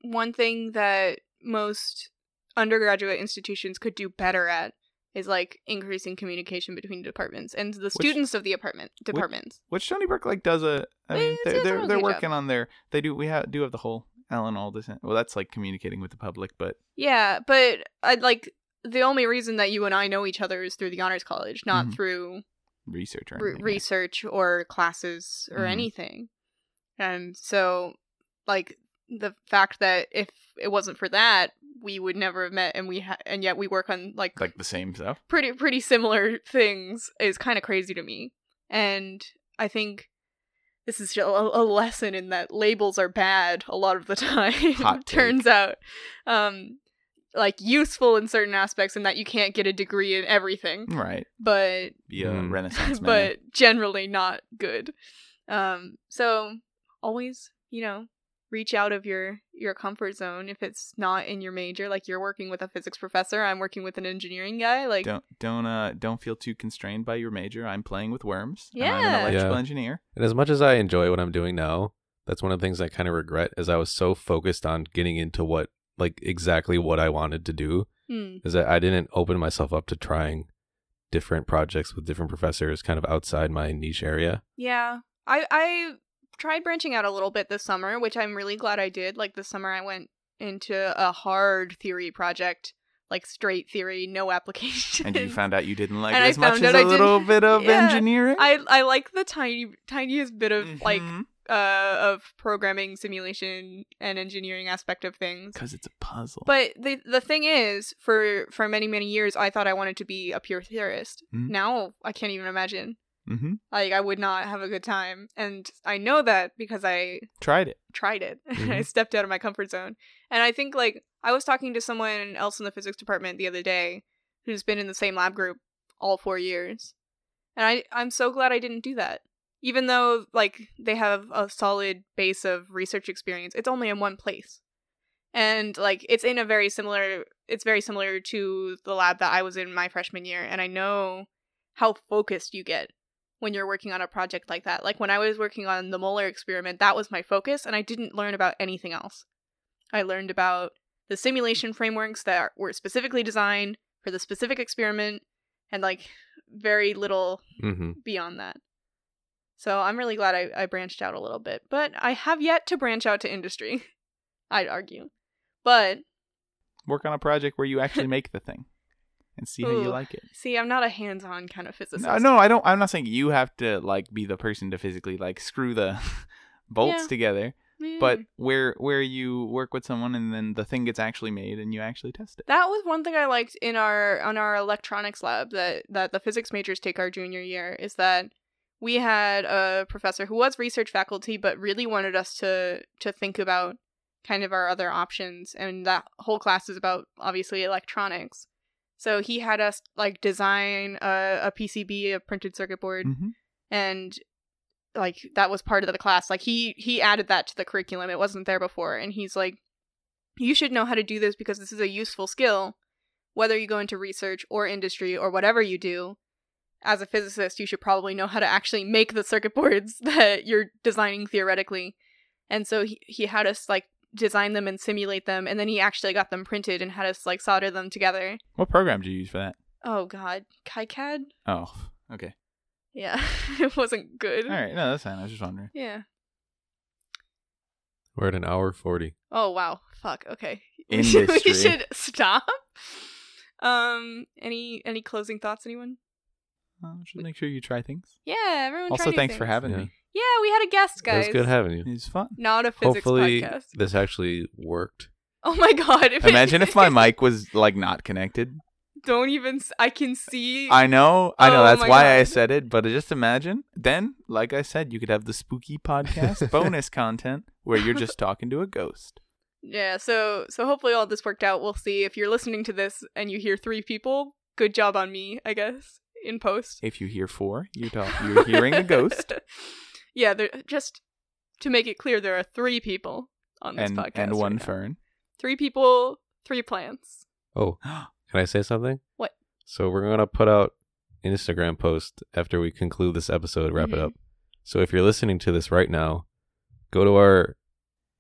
Speaker 1: one thing that most undergraduate institutions could do better at is like increasing communication between departments and the students of the apartment departments.
Speaker 2: Which Stony Brook like does a I
Speaker 1: Well,
Speaker 2: mean
Speaker 1: it's-
Speaker 2: they're
Speaker 1: it's not
Speaker 2: they're,
Speaker 1: a
Speaker 2: they're
Speaker 1: good job.
Speaker 2: working on their they do we have do have the whole Alan Alda Cen- well that's like communicating with the public but
Speaker 1: yeah, but I like the only reason that you and I know each other is through the honors college, not
Speaker 2: Mhm.
Speaker 1: through
Speaker 2: research or
Speaker 1: re-
Speaker 2: anything.
Speaker 1: research or classes or
Speaker 2: Mhm.
Speaker 1: anything. And so like the fact that if it wasn't for that, we would never have met and we ha- and yet we work on like
Speaker 2: like the same stuff.
Speaker 1: pretty pretty similar things is kind of crazy to me. And I think this is ju- a, a lesson in that labels are bad a lot of the time.
Speaker 2: Hot
Speaker 1: turns out, um, like useful in certain aspects, and that you can't get a degree in everything,
Speaker 2: Right.
Speaker 1: but
Speaker 2: Be a
Speaker 3: Mm.
Speaker 2: renaissance man.
Speaker 1: but generally not good. Um, so always, you know, reach out of your your comfort zone if it's not in your major. Like you're working with a physics professor, I'm working with an engineering guy. Like
Speaker 2: don't don't uh don't feel too constrained by your major. I'm playing with worms. and I'm
Speaker 1: Yeah.
Speaker 2: an electrical
Speaker 3: Yeah.
Speaker 2: engineer.
Speaker 3: And as much as I enjoy what I'm doing now, that's one of the things I kind of regret is I was so focused on getting into what like exactly what I wanted to do
Speaker 1: hmm,
Speaker 3: is that I didn't open myself up to trying different projects with different professors kind of outside my niche area.
Speaker 1: yeah, I I tried branching out a little bit this summer, which I'm really glad I did. Like this summer, I went into a hard theory project, like straight theory, no application.
Speaker 2: And you found out you didn't like
Speaker 1: And
Speaker 2: it
Speaker 1: I
Speaker 2: as much
Speaker 1: found
Speaker 2: as
Speaker 1: out I
Speaker 2: a little
Speaker 1: didn't-
Speaker 2: bit of
Speaker 1: Yeah.
Speaker 2: engineering.
Speaker 1: I I like the tiny tiniest bit of like
Speaker 2: Mhm.
Speaker 1: uh, of programming, simulation, and engineering aspect of things.
Speaker 2: Because it's a puzzle.
Speaker 1: But the the thing is, for for many many years, I thought I wanted to be a pure theorist.
Speaker 2: Mhm.
Speaker 1: Now I can't even imagine.
Speaker 2: mm-hmm.
Speaker 1: Like I would not have a good time, and I know that because I
Speaker 2: Tried it.
Speaker 1: tried it. I
Speaker 3: Mhm.
Speaker 1: stepped out of my comfort zone, and I think like I was talking to someone else in the physics department the other day, who's been in the same lab group all four years, and I I'm so glad I didn't do that. Even though like they have a solid base of research experience, it's only in one place, and like it's in a very similar it's very similar to the lab that I was in my freshman year, and I know how focused you get when you're working on a project like that. Like when I was working on the molar experiment, that was my focus, and I didn't learn about anything else. I learned about the simulation frameworks that were specifically designed for the specific experiment, and like very little
Speaker 3: Mm-hmm.
Speaker 1: beyond that. So I'm really glad I, I branched out a little bit, but I have yet to branch out to industry, I'd argue. But
Speaker 2: Work on a project where you actually make the thing and see how you
Speaker 1: Ooh.
Speaker 2: like it.
Speaker 1: see, I'm not a hands on kind of physicist.
Speaker 2: No, no, I don't. I'm not saying you have to like be the person to physically like screw the bolts
Speaker 1: Yeah.
Speaker 2: together,
Speaker 1: Mm.
Speaker 2: but where where you work with someone and then the thing gets actually made and you actually test it.
Speaker 1: That was one thing I liked in our on our electronics lab that that the physics majors take our junior year is that we had a professor who was research faculty but really wanted us to to think about kind of our other options and that whole class is about obviously electronics. So he had us like design a, a PCB, a printed circuit board,
Speaker 2: Mm-hmm.
Speaker 1: and like that was part of the class like he he added that to the curriculum it wasn't there before and he's like you should know how to do this because this is a useful skill whether you go into research or industry or whatever you do as a physicist you should probably know how to actually make the circuit boards that you're designing theoretically and so he, he had us like design them and simulate them and then he actually got them printed and had us like solder them together
Speaker 2: What program do you use for that?
Speaker 1: oh god kicad
Speaker 2: Oh, okay.
Speaker 1: yeah it wasn't good
Speaker 2: All right. No, that's fine. I was just wondering.
Speaker 1: yeah
Speaker 3: We're at an hour 40.
Speaker 1: Oh wow. Fuck. Okay. We should-
Speaker 2: Industry.
Speaker 1: we should stop. Um any any closing thoughts anyone?
Speaker 2: Uh, just make sure you try things.
Speaker 1: Yeah, everyone try
Speaker 2: also,
Speaker 1: new
Speaker 2: thanks for
Speaker 1: things.
Speaker 2: having
Speaker 3: Yeah.
Speaker 2: me.
Speaker 1: Yeah, we had a guest, guys.
Speaker 3: It was good having you.
Speaker 2: It's fun.
Speaker 1: Not a physics
Speaker 3: Hopefully
Speaker 1: podcast.
Speaker 3: this actually worked.
Speaker 1: Oh my god. If it-
Speaker 2: Imagine if my mic was like not connected.
Speaker 1: Don't even s- I can see
Speaker 2: I know, I know.
Speaker 1: Oh
Speaker 2: that's
Speaker 1: my
Speaker 2: why I
Speaker 1: God.
Speaker 2: said it. But just imagine. Then, like I said, you could have the spooky podcast bonus content where you're just talking to a ghost.
Speaker 1: Yeah, so so hopefully all this worked out. We'll see if you're listening to this and you hear 3 people. Good job on me, I guess, in post.
Speaker 2: If you hear four, you're talk- you're hearing a ghost,
Speaker 1: yeah, there just to make it clear there are 3 people on this
Speaker 2: and
Speaker 1: podcast.
Speaker 2: and one
Speaker 1: right now.
Speaker 2: fern.
Speaker 1: Three people, three plants.
Speaker 3: Oh, can I say something?
Speaker 1: What?
Speaker 3: So we're going to put out an Instagram post after we conclude this episode, wrap it
Speaker 1: Mhm.
Speaker 3: up. So if you're listening to this right now, go to our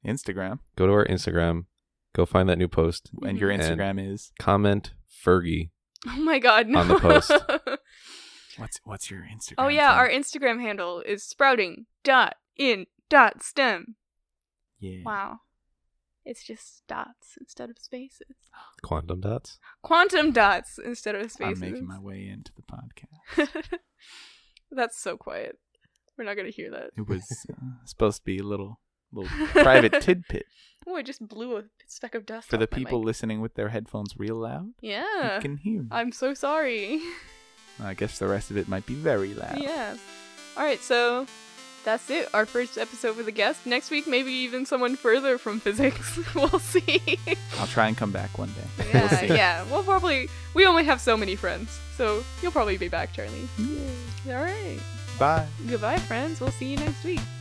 Speaker 2: Instagram
Speaker 3: go to our Instagram, go find that new post,
Speaker 2: and your
Speaker 3: Mhm.
Speaker 2: Instagram is
Speaker 3: comment Fergie.
Speaker 1: Oh my god, no.
Speaker 3: On the post.
Speaker 2: what's what's your Instagram?
Speaker 1: oh yeah,
Speaker 2: thing?
Speaker 1: our Instagram handle is sprouting dot in dot stem.
Speaker 2: yeah.
Speaker 1: Wow. It's just dots instead of spaces.
Speaker 3: Quantum dots.
Speaker 1: Quantum dots instead of
Speaker 2: I'm
Speaker 1: spaces.
Speaker 2: making my way into the podcast.
Speaker 1: That's so quiet. We're not gonna hear that.
Speaker 2: It was uh, supposed to be a little little private tidbit
Speaker 1: Oh, I just blew a speck of dust
Speaker 2: for the
Speaker 1: off my
Speaker 2: people
Speaker 1: mic.
Speaker 2: listening with their headphones real loud.
Speaker 1: Yeah.
Speaker 2: You can hear.
Speaker 1: I'm so sorry.
Speaker 2: I guess the rest of it might be very loud.
Speaker 1: yeah. All right, so That's it. Our first episode with a guest. Next week, maybe even someone further from physics. we'll see.
Speaker 2: I'll try and come back one day.
Speaker 1: yeah,
Speaker 2: see.
Speaker 1: yeah. We'll probably. We only have so many friends, so you'll probably be back, Charlie. All right.
Speaker 2: Bye.
Speaker 1: Goodbye, friends. We'll see you next week.